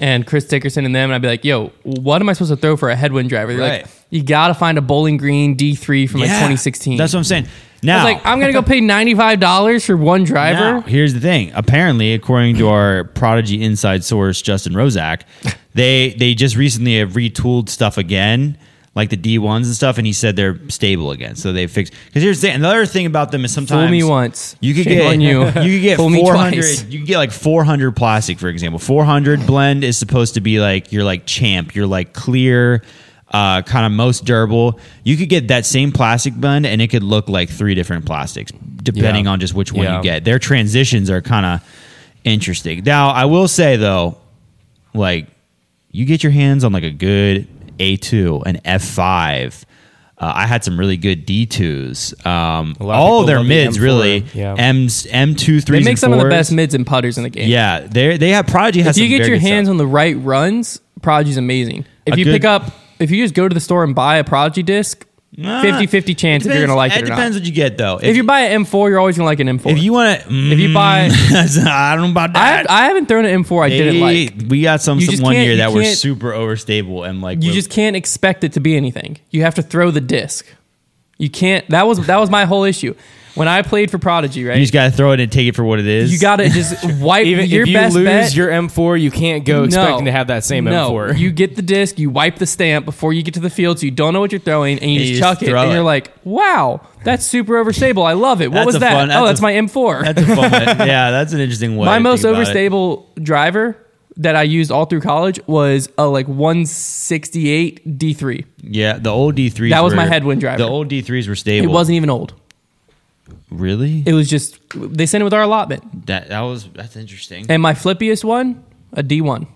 Speaker 1: and Chris Dickerson and them. And I'd be like, yo, what am I supposed to throw for a headwind driver? They're
Speaker 2: Right.
Speaker 1: like, you got to find a Bowling Green D3 from like
Speaker 2: Yeah.
Speaker 1: 2016.
Speaker 2: That's what I'm saying.
Speaker 1: I
Speaker 2: Now,
Speaker 1: was like, I'm going to go pay $95 for one driver.
Speaker 2: Now, here's the thing. Apparently, according to our Prodigy inside source, Justin Rozak,
Speaker 1: *laughs*
Speaker 2: they they just recently have retooled stuff again, like the D ones and stuff, and he said they're stable again. So they fixed. Because here's the thing. Another thing about them is sometimes
Speaker 1: Fool me once.
Speaker 2: You could
Speaker 1: Shame
Speaker 2: get
Speaker 1: on you.
Speaker 2: *laughs* you. could get
Speaker 1: Fool me
Speaker 2: four hundred.
Speaker 1: twice.
Speaker 2: You could get like four hundred plastic, for example. Four hundred blend is supposed to be like your like champ, your like clear, uh, kind of most durable. You could get that same plastic blend, and it could look like three different plastics, depending
Speaker 3: Yeah.
Speaker 2: on just which one
Speaker 3: Yeah.
Speaker 2: you get. Their transitions are kind of interesting. Now, I will say though, like you get your hands on like a good A2, an F5. Uh, I had some really good D2s. Um,
Speaker 3: lot of
Speaker 2: all
Speaker 3: people
Speaker 2: their
Speaker 3: love the
Speaker 2: mids,
Speaker 3: M4.
Speaker 2: really.
Speaker 3: Yeah.
Speaker 2: M's, M2, 3s.
Speaker 1: They make
Speaker 2: and
Speaker 1: some of the
Speaker 2: 4s.
Speaker 1: best mids and putters in the game.
Speaker 2: Yeah, they they have Prodigy has.
Speaker 1: If you
Speaker 2: some
Speaker 1: get
Speaker 2: very
Speaker 1: your
Speaker 2: good
Speaker 1: hands
Speaker 2: stuff.
Speaker 1: on the right runs, Prodigy's amazing. If
Speaker 2: A
Speaker 1: you
Speaker 2: good-
Speaker 1: pick up, if you just go to the store and buy a Prodigy disc,
Speaker 2: Ah,
Speaker 1: 50 50 chance if you're going to like it,
Speaker 2: It
Speaker 1: or not.
Speaker 2: depends what you get though.
Speaker 1: If you buy an M4, you're always going to like an M4.
Speaker 2: if you want to
Speaker 1: if you buy-
Speaker 2: *laughs* I don't know about
Speaker 1: I,
Speaker 2: that.
Speaker 1: have, I haven't thrown an M4 I didn't
Speaker 2: They-
Speaker 1: like.
Speaker 2: We got some,
Speaker 1: You
Speaker 2: some
Speaker 1: just
Speaker 2: one
Speaker 1: can't-
Speaker 2: year
Speaker 1: you
Speaker 2: that were
Speaker 1: can't-
Speaker 2: super overstable and like
Speaker 1: You
Speaker 2: were-
Speaker 1: just can't expect it to be anything. You have to throw the disc. You can't. That was that was my whole issue when I played for Prodigy.
Speaker 2: you
Speaker 1: Right,
Speaker 2: just got to throw it and take it for what it is.
Speaker 1: you got to just
Speaker 2: *laughs*
Speaker 1: wipe
Speaker 3: Even
Speaker 1: your
Speaker 3: if you
Speaker 1: best
Speaker 3: lose
Speaker 1: bet.
Speaker 3: your M4, you can't go expecting to have that same
Speaker 1: no.
Speaker 3: M4.
Speaker 1: You get the disc, you wipe the stamp before you get to the field, so you don't know what you're throwing, and you
Speaker 2: And
Speaker 1: just
Speaker 2: you
Speaker 1: chuck
Speaker 2: just
Speaker 1: it,
Speaker 2: throw
Speaker 1: and
Speaker 2: it.
Speaker 1: you're like, "Wow, that's super overstable. I love it. What
Speaker 2: That's
Speaker 1: was
Speaker 2: a
Speaker 1: that?
Speaker 2: fun-
Speaker 1: oh, that's
Speaker 2: that's a-
Speaker 1: my M4.
Speaker 2: That's a fun
Speaker 1: *laughs*
Speaker 2: one. Yeah, that's an interesting way.
Speaker 1: my
Speaker 2: to
Speaker 1: most
Speaker 2: think about it.
Speaker 1: overstable driver that I used all through college was a like 168 D3.
Speaker 2: Yeah, the old D threes.
Speaker 1: That was my headwind driver.
Speaker 2: The old D threes were stable.
Speaker 1: It wasn't even old.
Speaker 2: really.
Speaker 1: It was just they sent it with our allotment,
Speaker 2: that that was that's interesting.
Speaker 1: and my flippiest one a D1.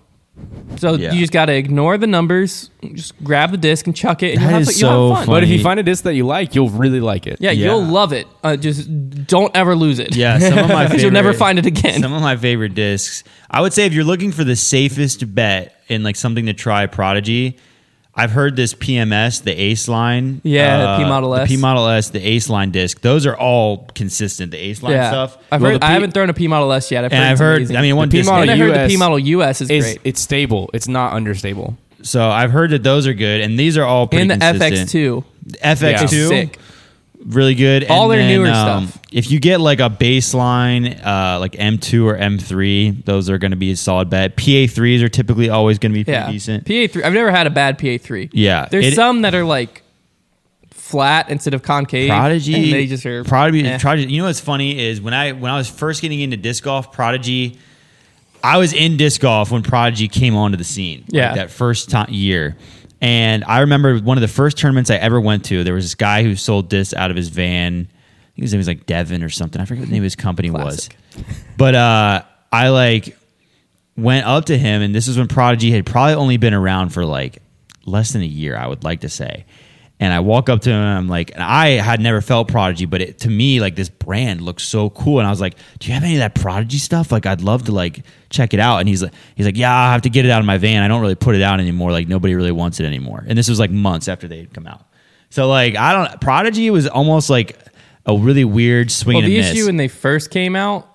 Speaker 1: So
Speaker 2: Yeah.
Speaker 1: you just got to ignore the numbers, just grab the disc and chuck it, and
Speaker 2: That
Speaker 1: you'll, have,
Speaker 2: is
Speaker 1: you'll
Speaker 2: so
Speaker 1: have fun.
Speaker 2: funny.
Speaker 3: *laughs* but if you find a disc that you like, you'll really like it.
Speaker 1: Yeah,
Speaker 2: Yeah.
Speaker 1: you'll love it. Uh, just don't ever lose it.
Speaker 2: Yeah, some of my favorite,
Speaker 1: because you'll never find it again.
Speaker 2: Some of my favorite discs. I would say if you're looking for the safest bet in like something to try, Prodigy. I've heard this PMS, the Ace line. uh,
Speaker 1: Yeah, the P Model
Speaker 2: the
Speaker 1: S.
Speaker 2: P Model S, the Ace line disc. Those are all consistent. The Ace
Speaker 1: *laughs*
Speaker 2: line
Speaker 1: yeah,
Speaker 2: stuff.
Speaker 1: I've
Speaker 2: Well,
Speaker 1: heard.
Speaker 2: the
Speaker 1: I
Speaker 2: P-
Speaker 1: haven't thrown a P model S yet. I've
Speaker 2: and
Speaker 1: heard
Speaker 2: I've
Speaker 1: it's
Speaker 2: heard.
Speaker 1: amazing.
Speaker 2: I mean, one
Speaker 3: P
Speaker 2: disc.
Speaker 3: Model
Speaker 1: and I heard the
Speaker 3: US
Speaker 1: P model US is,
Speaker 3: It's,
Speaker 1: great,
Speaker 3: it's stable. It's not understable.
Speaker 2: So I've heard that those are good, and these are all pretty
Speaker 1: and the FX
Speaker 2: consistent.
Speaker 1: two.
Speaker 2: FX
Speaker 1: It's
Speaker 2: two,
Speaker 1: sick.
Speaker 2: really good.
Speaker 1: All
Speaker 2: And
Speaker 1: their
Speaker 2: then,
Speaker 1: newer
Speaker 2: um,
Speaker 1: stuff.
Speaker 2: If you get like a baseline, uh, like M2 or M3, those are going to be a solid bet. PA3s are typically always going to be pretty
Speaker 1: Yeah,
Speaker 2: decent.
Speaker 1: PA three. I've never had a bad PA three.
Speaker 2: Yeah,
Speaker 1: there's
Speaker 2: it-
Speaker 1: some that are like flat instead of concave.
Speaker 2: Prodigy,
Speaker 1: and they just are
Speaker 2: Prodigy,
Speaker 1: eh.
Speaker 2: Prodigy. You know what's funny is when I when I was first getting into disc golf, Prodigy. I was in disc golf when Prodigy came onto the scene. like,
Speaker 1: Yeah.
Speaker 2: that first ti year, and I remember one of the first tournaments I ever went to. There was this guy who sold discs out of his van. I think his name was like Devin or something. I forget what the name of his company
Speaker 1: Classic.
Speaker 2: was, but uh, I like went up to him, and this is when Prodigy had probably only been around for like less than a year, I would like to say. And I walk up to him, and I'm like, and I had never felt Prodigy, but it, to me, like this brand looks so cool. And I was like, "Do you have any of that Prodigy stuff? Like, I'd love to like check it out." And he's like, "He's like, yeah, I have to get it out of my van. I don't really put it out anymore. Like, nobody really wants it anymore." And this was like months after they had come out. So like, I don't. Prodigy was almost like a really weird swing
Speaker 1: Well,
Speaker 2: and a
Speaker 1: the
Speaker 2: miss.
Speaker 1: issue when they first came out,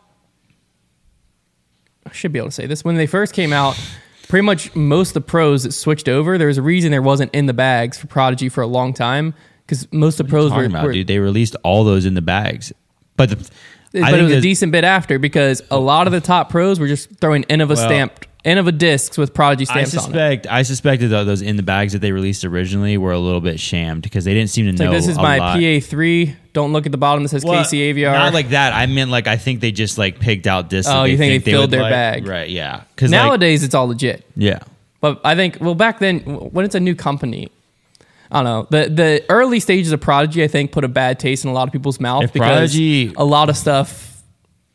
Speaker 1: I should be able to say this. When they first came out, pretty much most of the pros that switched over, there was a reason there wasn't in the bags for Prodigy for a long time because most of the pros were.
Speaker 2: talking about,
Speaker 1: were-
Speaker 2: dude. They released all those in the bags, but the,
Speaker 1: but
Speaker 2: I think
Speaker 1: it was a
Speaker 2: that-
Speaker 1: decent bit after because a lot of the top pros were just throwing Innova stamped Innova discs with Prodigy
Speaker 2: I
Speaker 1: stamps on it.
Speaker 2: suspect I suspected that those in the bags that they released originally were a little bit shammed because they didn't seem to
Speaker 1: Like
Speaker 2: know.
Speaker 1: this is
Speaker 2: a
Speaker 1: my
Speaker 2: lot.
Speaker 1: PA3. Don't look at the bottom that says
Speaker 2: Well,
Speaker 1: KC AVR.
Speaker 2: Not like that. I meant like I think they just like picked out this.
Speaker 1: Oh, you think they filled their bag.
Speaker 2: right? Yeah. Because
Speaker 1: Nowadays, it's all legit.
Speaker 2: yeah,
Speaker 1: But I think well back then when it's a new company, I don't know the the early stages of Prodigy I think put a bad taste in a lot of people's mouth
Speaker 2: If
Speaker 1: because
Speaker 2: Prodigy-
Speaker 1: a lot of stuff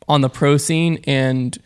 Speaker 1: on the pro scene and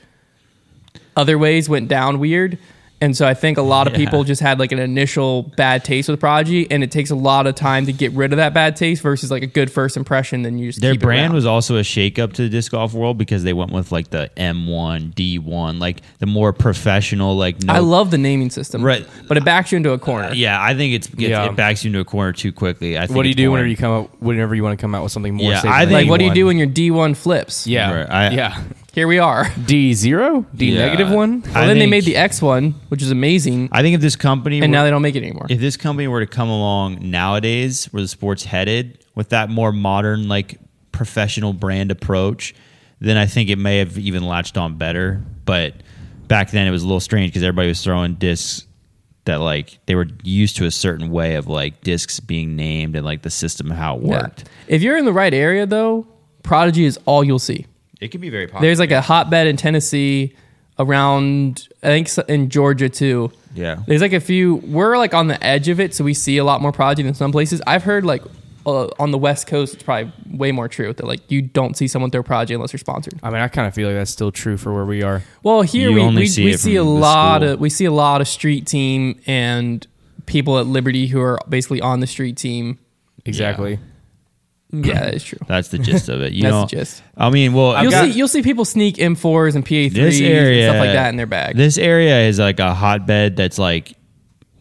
Speaker 1: other ways went down weird. And so I think a lot of
Speaker 2: Yeah.
Speaker 1: people just had like an initial bad taste with Prodigy, and it takes a lot of time to get rid of that bad taste versus like a good first impression. Then you just
Speaker 2: their
Speaker 1: keep it
Speaker 2: brand
Speaker 1: around.
Speaker 2: was also a shakeup to the disc golf world because they went with like the M1, D1, like the more professional, like no
Speaker 1: I love the naming system,
Speaker 2: Right. Uh,
Speaker 1: But it backs you into a corner.
Speaker 2: Yeah, I think it's, it's
Speaker 3: Yeah.
Speaker 2: it backs you into a corner too quickly. I think
Speaker 3: What do you
Speaker 2: it's
Speaker 3: do
Speaker 2: boring.
Speaker 3: whenever you come up? Whenever you want to come out with something more?
Speaker 2: Yeah,
Speaker 3: safe
Speaker 2: I
Speaker 3: than
Speaker 1: Like,
Speaker 2: think-
Speaker 1: what do you
Speaker 2: D1.
Speaker 1: do when your D one flips?
Speaker 3: that? yeah,
Speaker 2: Right, I-
Speaker 3: yeah.
Speaker 1: Here we are.
Speaker 3: D zero, D
Speaker 2: Yeah.
Speaker 3: negative one.
Speaker 2: I
Speaker 1: Well, then they
Speaker 2: think-
Speaker 1: made the X one, which is amazing,
Speaker 2: I think if this company
Speaker 1: and
Speaker 2: were-
Speaker 1: now they don't make it anymore.
Speaker 2: if this company were to come along nowadays where the sport's headed with that more modern like professional brand approach then i think it may have even latched on better but back then it was a little strange because everybody was throwing discs that like they were used to a certain way of like discs being named and like the system of how it
Speaker 1: Yeah.
Speaker 2: worked
Speaker 1: If you're in the right area, though, Prodigy is all you'll see.
Speaker 2: it could be very popular
Speaker 1: There's like a hotbed in Tennessee, around I think so- in Georgia too.
Speaker 2: Yeah.
Speaker 1: There's like a few. We're like on the edge of it, so we see a lot more prodigy than some places. I've heard like uh, on the West Coast, it's probably way more true that like you don't see someone throw prodigy unless you're sponsored.
Speaker 3: I mean, I kind of feel like that's still true for where we are.
Speaker 1: Well, here
Speaker 2: You
Speaker 1: we,
Speaker 2: only
Speaker 1: we
Speaker 2: see
Speaker 1: see, we
Speaker 2: it
Speaker 1: see a
Speaker 2: from the
Speaker 1: lot
Speaker 2: school.
Speaker 1: of we see a lot of street team and people at Liberty who are basically on the street team.
Speaker 3: Exactly.
Speaker 1: Yeah, *clears throat* that is true.
Speaker 2: That's the gist of it. You
Speaker 1: *laughs* That's
Speaker 2: know,
Speaker 1: the gist.
Speaker 2: I mean, well, I've
Speaker 1: You'll
Speaker 2: got-
Speaker 1: see you'll see people sneak M4s and PA3s
Speaker 2: this area
Speaker 1: and stuff like that in their bag.
Speaker 2: This area is like a hotbed that's like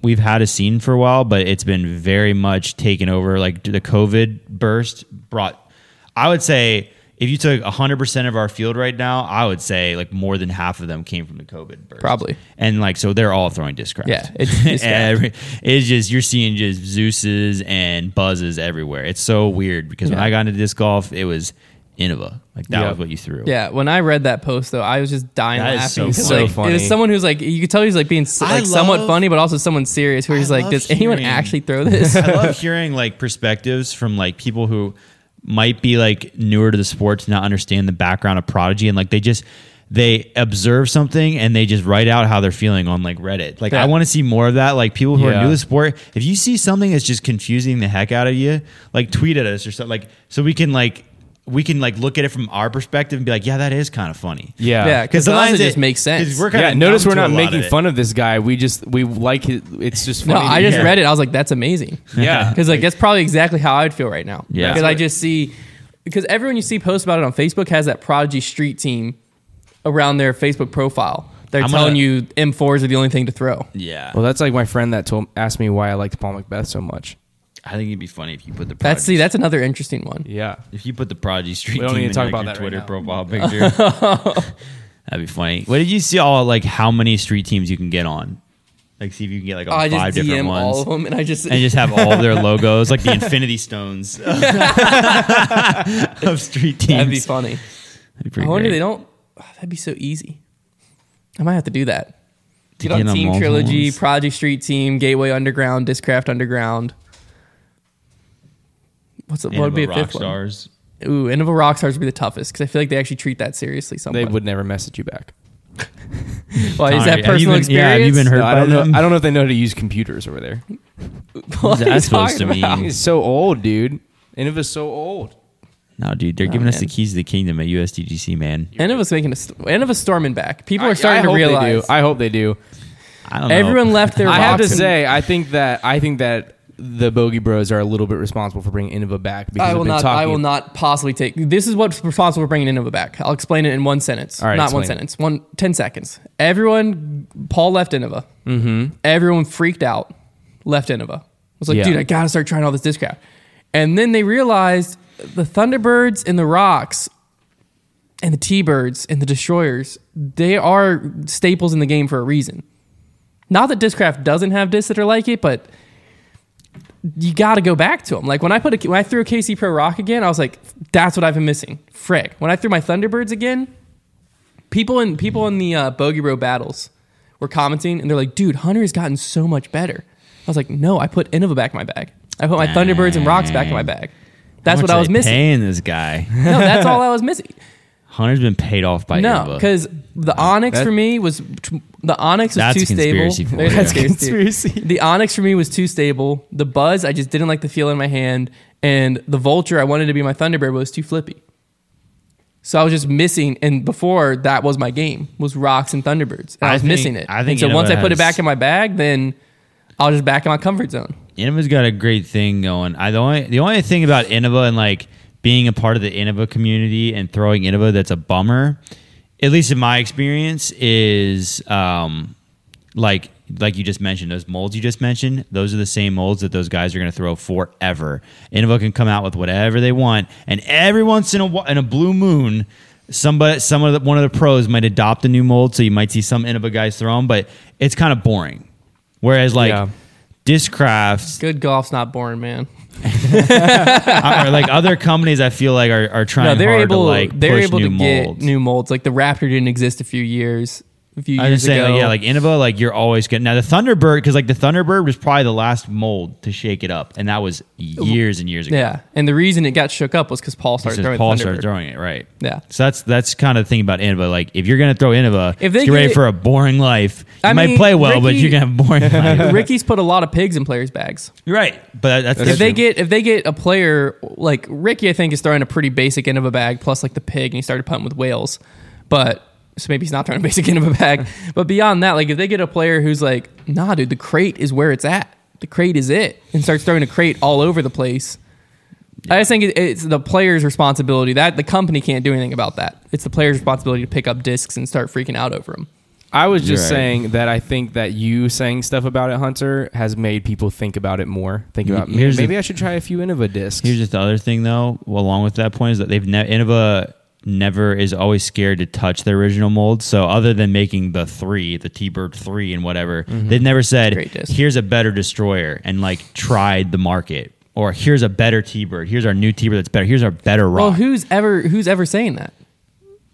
Speaker 2: we've had a scene for a while, but it's been very much taken over. Like the COVID burst brought, I would say. If you took 100% of our field right now, I would say like more than half of them came from the COVID burst.
Speaker 1: Probably.
Speaker 2: And like, so they're all throwing discraft.
Speaker 1: Yeah, it's
Speaker 2: *laughs*
Speaker 1: discraft.
Speaker 2: Every- it's just, you're seeing just Zeus's and buzzes everywhere. It's so weird because when
Speaker 1: Yeah.
Speaker 2: I got into disc golf, it was Innova. Like that
Speaker 3: Yeah.
Speaker 2: was what you threw.
Speaker 1: yeah, when I read that post though, I was just dying
Speaker 2: That is
Speaker 1: laughing.
Speaker 2: so
Speaker 1: 'cause,
Speaker 3: funny.
Speaker 1: like,
Speaker 3: So funny.
Speaker 1: It was someone who's like you could tell he's like being s-
Speaker 2: I
Speaker 1: like somewhat
Speaker 2: love-
Speaker 1: funny, but also someone serious. Where he's
Speaker 2: I
Speaker 1: like,
Speaker 2: love
Speaker 1: does anyone
Speaker 2: hearing-
Speaker 1: actually throw
Speaker 2: *laughs*
Speaker 1: this?
Speaker 2: I
Speaker 3: *laughs*
Speaker 2: love hearing like perspectives from like people who might be like newer to the sport to not understand the background of Prodigy and like they just they observe something and they just write out how they're feeling on like Reddit. Like
Speaker 1: Yeah.
Speaker 2: I want to see more of that. Like people who are
Speaker 3: Yeah.
Speaker 2: new to the sport, if you see something that's just confusing the heck out of you, like tweet at us or something like so we can like we can like look at it from our perspective and be like, yeah, that is kind of funny.
Speaker 3: Yeah.
Speaker 1: yeah, because the lines
Speaker 2: lines
Speaker 1: it
Speaker 2: that-
Speaker 1: just make
Speaker 2: 'cause
Speaker 1: sense.
Speaker 2: We're kind
Speaker 3: Yeah.
Speaker 2: of
Speaker 3: Notice we're not making fun of this guy. We just we like it. It's just
Speaker 1: No,
Speaker 3: funny.
Speaker 1: I
Speaker 3: to
Speaker 1: just
Speaker 3: hear.
Speaker 1: read it. I was like, that's amazing. *laughs*
Speaker 3: Yeah.
Speaker 1: Because like that's probably exactly how I'd feel right now.
Speaker 2: Yeah.
Speaker 1: Because I just see because everyone you see post about it on Facebook has that Prodigy Street team around their Facebook profile. They're
Speaker 2: I'm gonna-
Speaker 1: telling you M4s are the only thing to throw.
Speaker 2: Yeah.
Speaker 3: Well, that's like my friend that told asked me why I liked Paul Macbeth so much.
Speaker 2: I think it'd be funny if you put the
Speaker 1: That's see,
Speaker 2: Prodigy
Speaker 1: that's another interesting one.
Speaker 3: Yeah.
Speaker 2: If you put the Prodigy Street
Speaker 3: We don't
Speaker 2: team
Speaker 3: need to
Speaker 2: in
Speaker 3: talk
Speaker 2: like,
Speaker 3: about
Speaker 2: your
Speaker 3: that
Speaker 2: Twitter
Speaker 3: right
Speaker 2: profile picture, that'd
Speaker 3: *laughs*
Speaker 2: be funny. What did you see? All like how many street teams you can get on? Like see if you can get like on
Speaker 1: I
Speaker 2: five
Speaker 1: just DM
Speaker 2: different ones.
Speaker 1: all of them and I just,
Speaker 2: and *laughs* just have all their logos, like
Speaker 1: *laughs*
Speaker 2: the Infinity Stones of street teams.
Speaker 1: that'd be funny.
Speaker 2: That'd
Speaker 1: I
Speaker 2: be pretty
Speaker 1: wonder
Speaker 2: great.
Speaker 1: they don't *sighs* oh, that'd be so easy. I might have to do that. Get
Speaker 2: get
Speaker 1: on
Speaker 2: on
Speaker 1: Team
Speaker 2: multiple
Speaker 1: Trilogy,
Speaker 2: ones.
Speaker 1: Project Street Team, Gateway Underground, Discraft Underground. What's what
Speaker 2: And
Speaker 1: would be a
Speaker 2: rock
Speaker 1: fifth one?
Speaker 2: stars.
Speaker 1: Ooh, and of a rock stars would be the toughest because I feel like they actually treat that seriously. Somewhat.
Speaker 3: They would never message you back.
Speaker 1: Why is
Speaker 2: Sorry, have
Speaker 1: that
Speaker 2: you
Speaker 1: personal
Speaker 2: been-
Speaker 1: experience?
Speaker 2: yeah, have
Speaker 1: *laughs*
Speaker 2: you been hurt?
Speaker 3: No, I
Speaker 2: by
Speaker 3: don't know.
Speaker 2: them?
Speaker 3: I don't know if they know how to use computers over there.
Speaker 1: What
Speaker 2: What's
Speaker 1: are you
Speaker 2: that supposed
Speaker 1: talking
Speaker 2: to mean?
Speaker 1: about?
Speaker 3: It's so old, dude. Innova's so old.
Speaker 2: No, dude, they're giving us the
Speaker 1: man.
Speaker 2: keys to the kingdom at USDGC, man.
Speaker 1: End of us making a st- end of us storming back. People are
Speaker 3: I
Speaker 1: starting
Speaker 3: hope
Speaker 1: to
Speaker 3: they
Speaker 1: realize.
Speaker 3: do. I hope they do.
Speaker 2: I don't know.
Speaker 1: Everyone left their.
Speaker 3: I have to
Speaker 1: rocks and-
Speaker 3: say, I think that I think that the Bogey Bros are a little bit responsible for bringing Innova back because
Speaker 1: I
Speaker 3: I've
Speaker 1: will
Speaker 3: been
Speaker 1: not. I
Speaker 3: talking-
Speaker 1: will not possibly take. This is what's responsible for bringing Innova back. I'll explain it in one sentence.
Speaker 3: All right,
Speaker 1: not one
Speaker 3: explain it.
Speaker 1: sentence. One ten seconds. Everyone, Paul left Innova. Mm-hmm. Everyone freaked out. Left Innova. Was like,
Speaker 3: Yeah.
Speaker 1: dude, I gotta start trying all this discount. And then they realized the Thunderbirds and the Rocks and the T Birds and the Destroyers, they are staples in the game for a reason. Not that Discraft doesn't have discs that are like it, but you got to go back to them. Like when I put a, when I threw a KC Pro Rock again, I was like, that's what I've been missing. Frick. When I threw my Thunderbirds again, people in people in the uh, Bogey Row battles were commenting and they're like, dude, Hunter has gotten so much better. I was like, no, I put Innova back in my bag. I put my Thunderbirds and Rocks back in my bag. That's
Speaker 2: How
Speaker 1: what
Speaker 2: much
Speaker 1: I
Speaker 2: are
Speaker 1: was
Speaker 2: they
Speaker 1: missing.
Speaker 2: Paying this guy.
Speaker 1: No,
Speaker 2: *laughs*
Speaker 1: that's all I was missing.
Speaker 2: Hunter's been paid off by
Speaker 1: No,
Speaker 2: Innova.
Speaker 1: because the Onyx
Speaker 3: that-
Speaker 1: for me was t- the Onyx was
Speaker 2: That's
Speaker 1: too
Speaker 2: a conspiracy
Speaker 1: stable.
Speaker 2: for
Speaker 1: *laughs* There's
Speaker 2: you.
Speaker 1: a
Speaker 2: That's
Speaker 1: conspiracy. The Onyx for me was too stable. The Buzz, I just didn't like the feel in my hand, and the Vulture, I wanted to be my Thunderbird, but it was too flippy. So I was just missing, and before that was my game was Rocks and Thunderbirds, and I,
Speaker 2: I
Speaker 1: was
Speaker 2: think-
Speaker 1: missing it.
Speaker 2: I think
Speaker 1: and so. Once I put
Speaker 2: Innova
Speaker 1: it back
Speaker 2: has-
Speaker 1: in my bag, then I was just back in my comfort zone.
Speaker 2: Innova's got a great thing going. I the only the only thing about Innova and like being a part of the Innova community and throwing Innova that's a bummer, at least in my experience, is um like like you just mentioned those molds you just mentioned those are the same molds that those guys are going to throw forever innova can come out with whatever they want and every once in a wh- in a blue moon somebody some of the, one of the pros might adopt a new mold so you might see some innova guys throw 'em, but it's kind of boring whereas like
Speaker 3: Yeah.
Speaker 2: discraft
Speaker 1: Good golf's not boring, man.
Speaker 2: Uh, or
Speaker 1: *laughs*
Speaker 2: like other companies I feel like are, are trying
Speaker 1: No, they're
Speaker 2: hard
Speaker 1: able.
Speaker 2: to like
Speaker 1: they're
Speaker 2: push
Speaker 1: able
Speaker 2: new
Speaker 1: to
Speaker 2: molds.
Speaker 1: get new molds. Like the Raptor didn't exist a few years. a few
Speaker 2: I was
Speaker 1: years
Speaker 2: saying,
Speaker 1: ago.
Speaker 2: like, yeah, like Innova, like you're always gonna now the Thunderbird because like the Thunderbird was probably the last mold to shake it up, and that was years and years ago.
Speaker 1: yeah. And the reason it got shook up was because Paul started
Speaker 2: Because
Speaker 1: throwing
Speaker 2: Paul
Speaker 1: Thunderbird.
Speaker 2: started throwing it right.
Speaker 1: Yeah.
Speaker 2: So that's that's kind of the thing about Innova. Like if you're gonna throw Innova,
Speaker 1: If they
Speaker 2: get ready
Speaker 1: get-
Speaker 2: for a boring life. You
Speaker 1: I
Speaker 2: might
Speaker 1: mean,
Speaker 2: play well, but
Speaker 1: Ricky-
Speaker 2: you're gonna have a boring *laughs* life.
Speaker 1: Ricky's put a lot of pigs in players' bags.
Speaker 2: You're right, but that's,
Speaker 1: if they get if they get a player like Ricky, I think is throwing a pretty basic end of a bag plus like the pig, and he started punting with whales, but so maybe he's not throwing a *laughs* basic end of a bag. but beyond that, like if they get a player who's like, nah, dude, the crate is where it's at. The crate is it, and starts throwing a crate all over the place. I just think it, it's the player's responsibility that the company can't do anything about that. It's the player's responsibility to pick up discs and start freaking out over them.
Speaker 3: I was just
Speaker 2: Right.
Speaker 3: saying that I think that you saying stuff about it, Hunter, has made people think about it more. Think about "Man,
Speaker 2: Here's the-
Speaker 3: maybe I should try a few Innova discs.
Speaker 2: Here's just the other thing, though. Along with that point is that they've ne- Innova never is always scared to touch their original mold. So other than making the three, the T Bird three and whatever, they've never said,
Speaker 1: Mm-hmm. Great disc.
Speaker 2: "Here's a better destroyer," and like tried the market, or "Here's a better T Bird. Here's our new T Bird that's better. Here's our better
Speaker 1: Well,
Speaker 2: rock."
Speaker 1: who's ever who's ever saying that?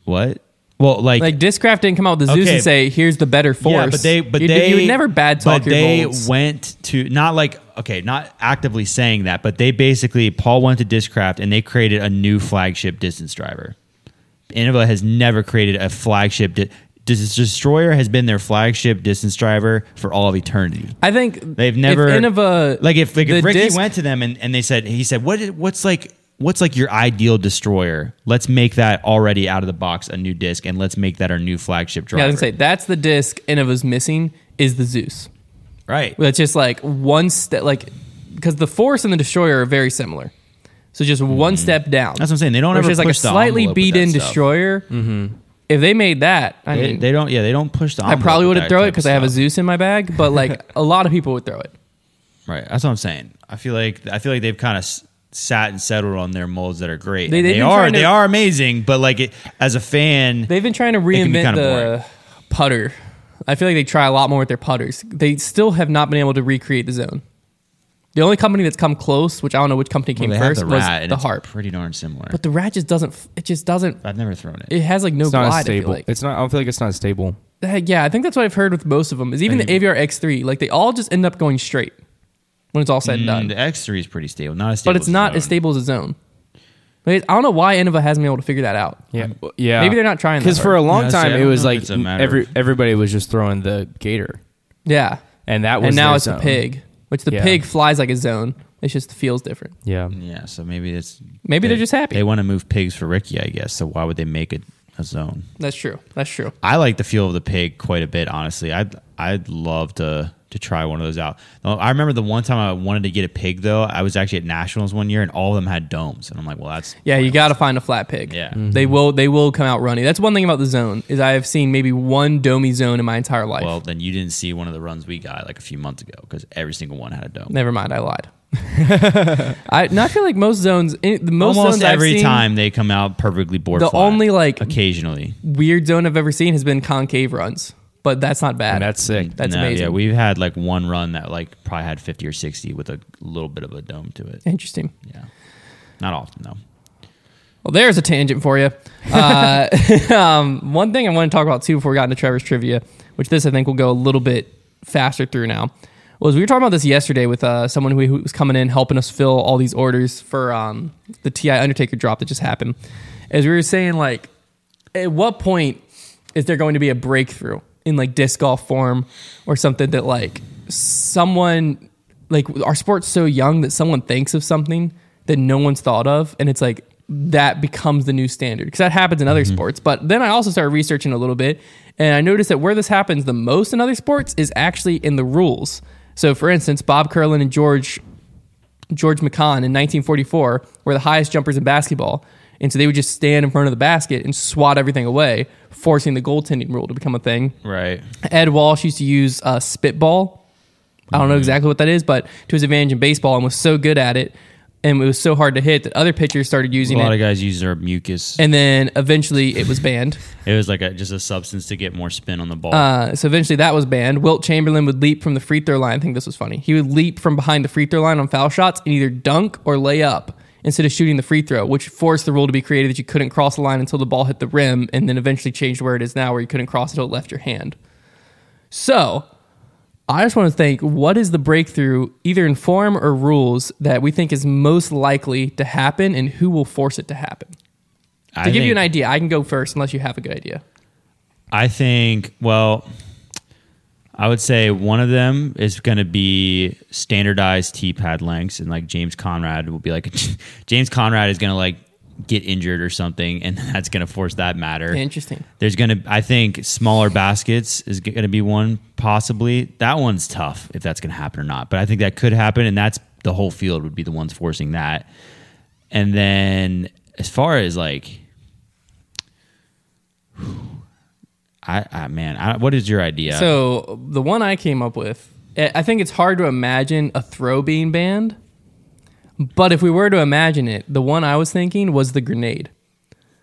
Speaker 2: what? Well, like.
Speaker 1: Like Discraft didn't come out with the Zeus
Speaker 2: Okay.
Speaker 1: and say, "Here's the better force."
Speaker 2: yeah, but they, but
Speaker 1: you,
Speaker 2: they,
Speaker 1: you would never bad talk
Speaker 2: But
Speaker 1: your
Speaker 2: they
Speaker 1: molds.
Speaker 2: went to not like okay, not actively saying that, but they basically Paul went to Discraft and they created a new flagship distance driver. Innova has never created a flagship. Di- Dis- Destroyer has been their flagship distance driver for all of eternity.
Speaker 1: I think
Speaker 2: They've never
Speaker 1: if Innova
Speaker 2: like if like
Speaker 1: the
Speaker 2: if Ricky
Speaker 1: disc-
Speaker 2: went to them and, and they said he said what is, what's like what's like your ideal destroyer? Let's make that already out of the box a new disc and let's make that our new flagship driver.
Speaker 1: Yeah, I was gonna say that's the disc Innova's missing is the Zeus.
Speaker 2: right.
Speaker 1: That's just like one step, like because the Force and the Destroyer are very similar. So just one step down.
Speaker 2: Hmm. That's what I'm saying. They don't
Speaker 1: Which
Speaker 2: ever
Speaker 1: is like
Speaker 2: push
Speaker 1: a
Speaker 2: the
Speaker 1: slightly
Speaker 2: envelope with
Speaker 1: beat
Speaker 2: that
Speaker 1: in
Speaker 2: stuff. Mm-hmm.
Speaker 1: Destroyer. If they made that, I
Speaker 2: They,
Speaker 1: mean,
Speaker 2: they don't. Yeah, they don't push the.
Speaker 1: I probably would have thrown it because
Speaker 2: because
Speaker 1: I have a Zeus in my bag. But
Speaker 2: *laughs*
Speaker 1: like a lot of people would throw it.
Speaker 2: Right. That's what I'm saying. I feel like I feel like they've kind of sat and settled on their molds that are great.
Speaker 1: They-
Speaker 2: And
Speaker 1: they've
Speaker 2: They,
Speaker 1: been
Speaker 2: are.
Speaker 1: trying to-
Speaker 2: they are amazing. But like it, as a fan,
Speaker 1: They've been trying to
Speaker 2: can be
Speaker 1: reinvent
Speaker 2: kinda
Speaker 1: the putter. I feel like they try a lot more with their putters. They still have not been able to recreate the zone. The only company that's come close, which I don't know which company
Speaker 2: well,
Speaker 1: came
Speaker 2: they have
Speaker 1: first,
Speaker 2: the rat
Speaker 1: was
Speaker 2: and
Speaker 1: the
Speaker 2: it's
Speaker 1: harp.
Speaker 2: Pretty darn similar.
Speaker 1: But the rat just doesn't. f- It just doesn't.
Speaker 2: I've never thrown it.
Speaker 1: It has like no
Speaker 3: it's
Speaker 1: glide.
Speaker 3: not
Speaker 1: I feel
Speaker 3: stable.
Speaker 1: like.
Speaker 3: It's not. I don't feel like it's not stable.
Speaker 1: Uh, yeah, I think that's what I've heard with most of them. Is even the AVR X3, like they all just end up going straight when it's all said and done.
Speaker 2: And Mm, the X3 is pretty stable. Not as stable.
Speaker 1: but it's
Speaker 2: as
Speaker 1: not
Speaker 2: the
Speaker 1: as
Speaker 2: Zone.
Speaker 1: stable as a zone. Like, I don't know why Innova hasn't been able to figure that out.
Speaker 3: Yeah, Uh, yeah.
Speaker 1: Maybe they're not trying that
Speaker 3: because for
Speaker 1: hard.
Speaker 3: a long
Speaker 2: Yeah, see, I
Speaker 3: time it
Speaker 2: don't
Speaker 3: was
Speaker 2: know if
Speaker 3: like
Speaker 2: it's a matter
Speaker 3: every
Speaker 2: of-
Speaker 3: everybody was just throwing the gator,
Speaker 1: Yeah,
Speaker 3: and that was
Speaker 1: and now
Speaker 3: their
Speaker 1: it's a
Speaker 3: zone.
Speaker 1: pig, which the
Speaker 3: Yeah.
Speaker 1: pig flies like a zone. It's just feels different.
Speaker 3: Yeah,
Speaker 2: Yeah. So maybe it's.
Speaker 1: Maybe
Speaker 2: they,
Speaker 1: they're just happy.
Speaker 2: They want to move pigs for Ricky, I guess. So why would they make it a zone?
Speaker 1: That's true. That's true.
Speaker 2: I like the feel of the pig quite a bit, honestly. I'd I'd love to to try one of those out. Now, I remember the one time I wanted to get a pig though. I was actually at nationals one year, and all of them had domes, and I'm like, well, that's
Speaker 1: Yeah, you got to find a flat pig.
Speaker 2: Yeah.
Speaker 1: they will. They will come out running. That's one thing about the zone is I have seen maybe one domy zone in my entire life.
Speaker 2: well, then you didn't see one of the runs we got like a few months ago because every single one had a dome.
Speaker 1: Never mind, I lied. *laughs* I no, I feel like most zones, in, the most
Speaker 2: Almost
Speaker 1: zones
Speaker 2: every
Speaker 1: I've seen,
Speaker 2: time they come out perfectly board.
Speaker 1: The
Speaker 2: flat.
Speaker 1: only, like-
Speaker 2: occasionally.
Speaker 1: weird zone I've ever seen has been concave runs, but that's not bad.
Speaker 3: and that's sick.
Speaker 1: That's amazing.
Speaker 2: Yeah, we've had like one run that like probably had fifty or sixty with a little bit of a dome to it.
Speaker 1: interesting.
Speaker 2: Yeah, not often though.
Speaker 1: Well, there's a tangent for you. Uh, *laughs* um, one thing I want to talk about too before we got into Trevor's trivia, which this I think will go a little bit faster through now, was we were talking about this yesterday with uh, someone who, who was coming in helping us fill all these orders for um, the Ti Undertaker drop that just happened. As we were saying, like, at what point is there going to be a breakthrough in like disc golf form or something that like someone like our sport's so young that someone thinks of something that no one's thought of and it's like that becomes the new standard because that happens in other sports but then i also started researching a little bit and i noticed that where this happens the most in other sports is actually in the rules so for instance bob curlin and george George McCon in 1944 were the highest jumpers in basketball. And so they would just stand in front of the basket and swat everything away, forcing the goaltending rule to become a thing.
Speaker 2: Right.
Speaker 1: Ed Walsh used to use uh, spitball. I
Speaker 2: Mm-hmm.
Speaker 1: don't know exactly what that is, but to his advantage in baseball and was so good at it. And it was so hard to hit that other pitchers started
Speaker 2: A
Speaker 1: using
Speaker 2: lot of
Speaker 1: it.
Speaker 2: guys use their mucus.
Speaker 1: And then eventually it was banned.
Speaker 2: It was like a, just a substance to get more spin on the ball.
Speaker 1: Uh, so eventually that was banned. Wilt Chamberlain would leap from the free throw line. I think this was funny. He would leap from behind the free throw line on foul shots and either dunk or lay up. instead of shooting the free throw, which forced the rule to be created that you couldn't cross the line until the ball hit the rim, and then eventually changed where it is now, where you couldn't cross it until it left your hand. So I just want to think what is the breakthrough, either in form or rules, that we think is most likely to happen, and who will force it to happen?
Speaker 2: I
Speaker 1: To give you an
Speaker 2: think-
Speaker 1: idea, I can go first unless you have a good idea.
Speaker 2: I think, well, I would say one of them is going to be standardized T pad lengths, and like James Conrad will be like, *laughs* James Conrad is going to like get injured or something, and *laughs* that's going to force that matter.
Speaker 1: Interesting.
Speaker 2: There's going to, I think, smaller baskets is going to be one possibly. That one's tough if that's going to happen or not, but I think that could happen, and that's the whole field would be the ones forcing that. And then as far as like, I, I man, I, what is your idea?
Speaker 1: So the one I came up with, I I think it's hard to imagine a throw being banned. But if we were to imagine it, the one I was thinking was the grenade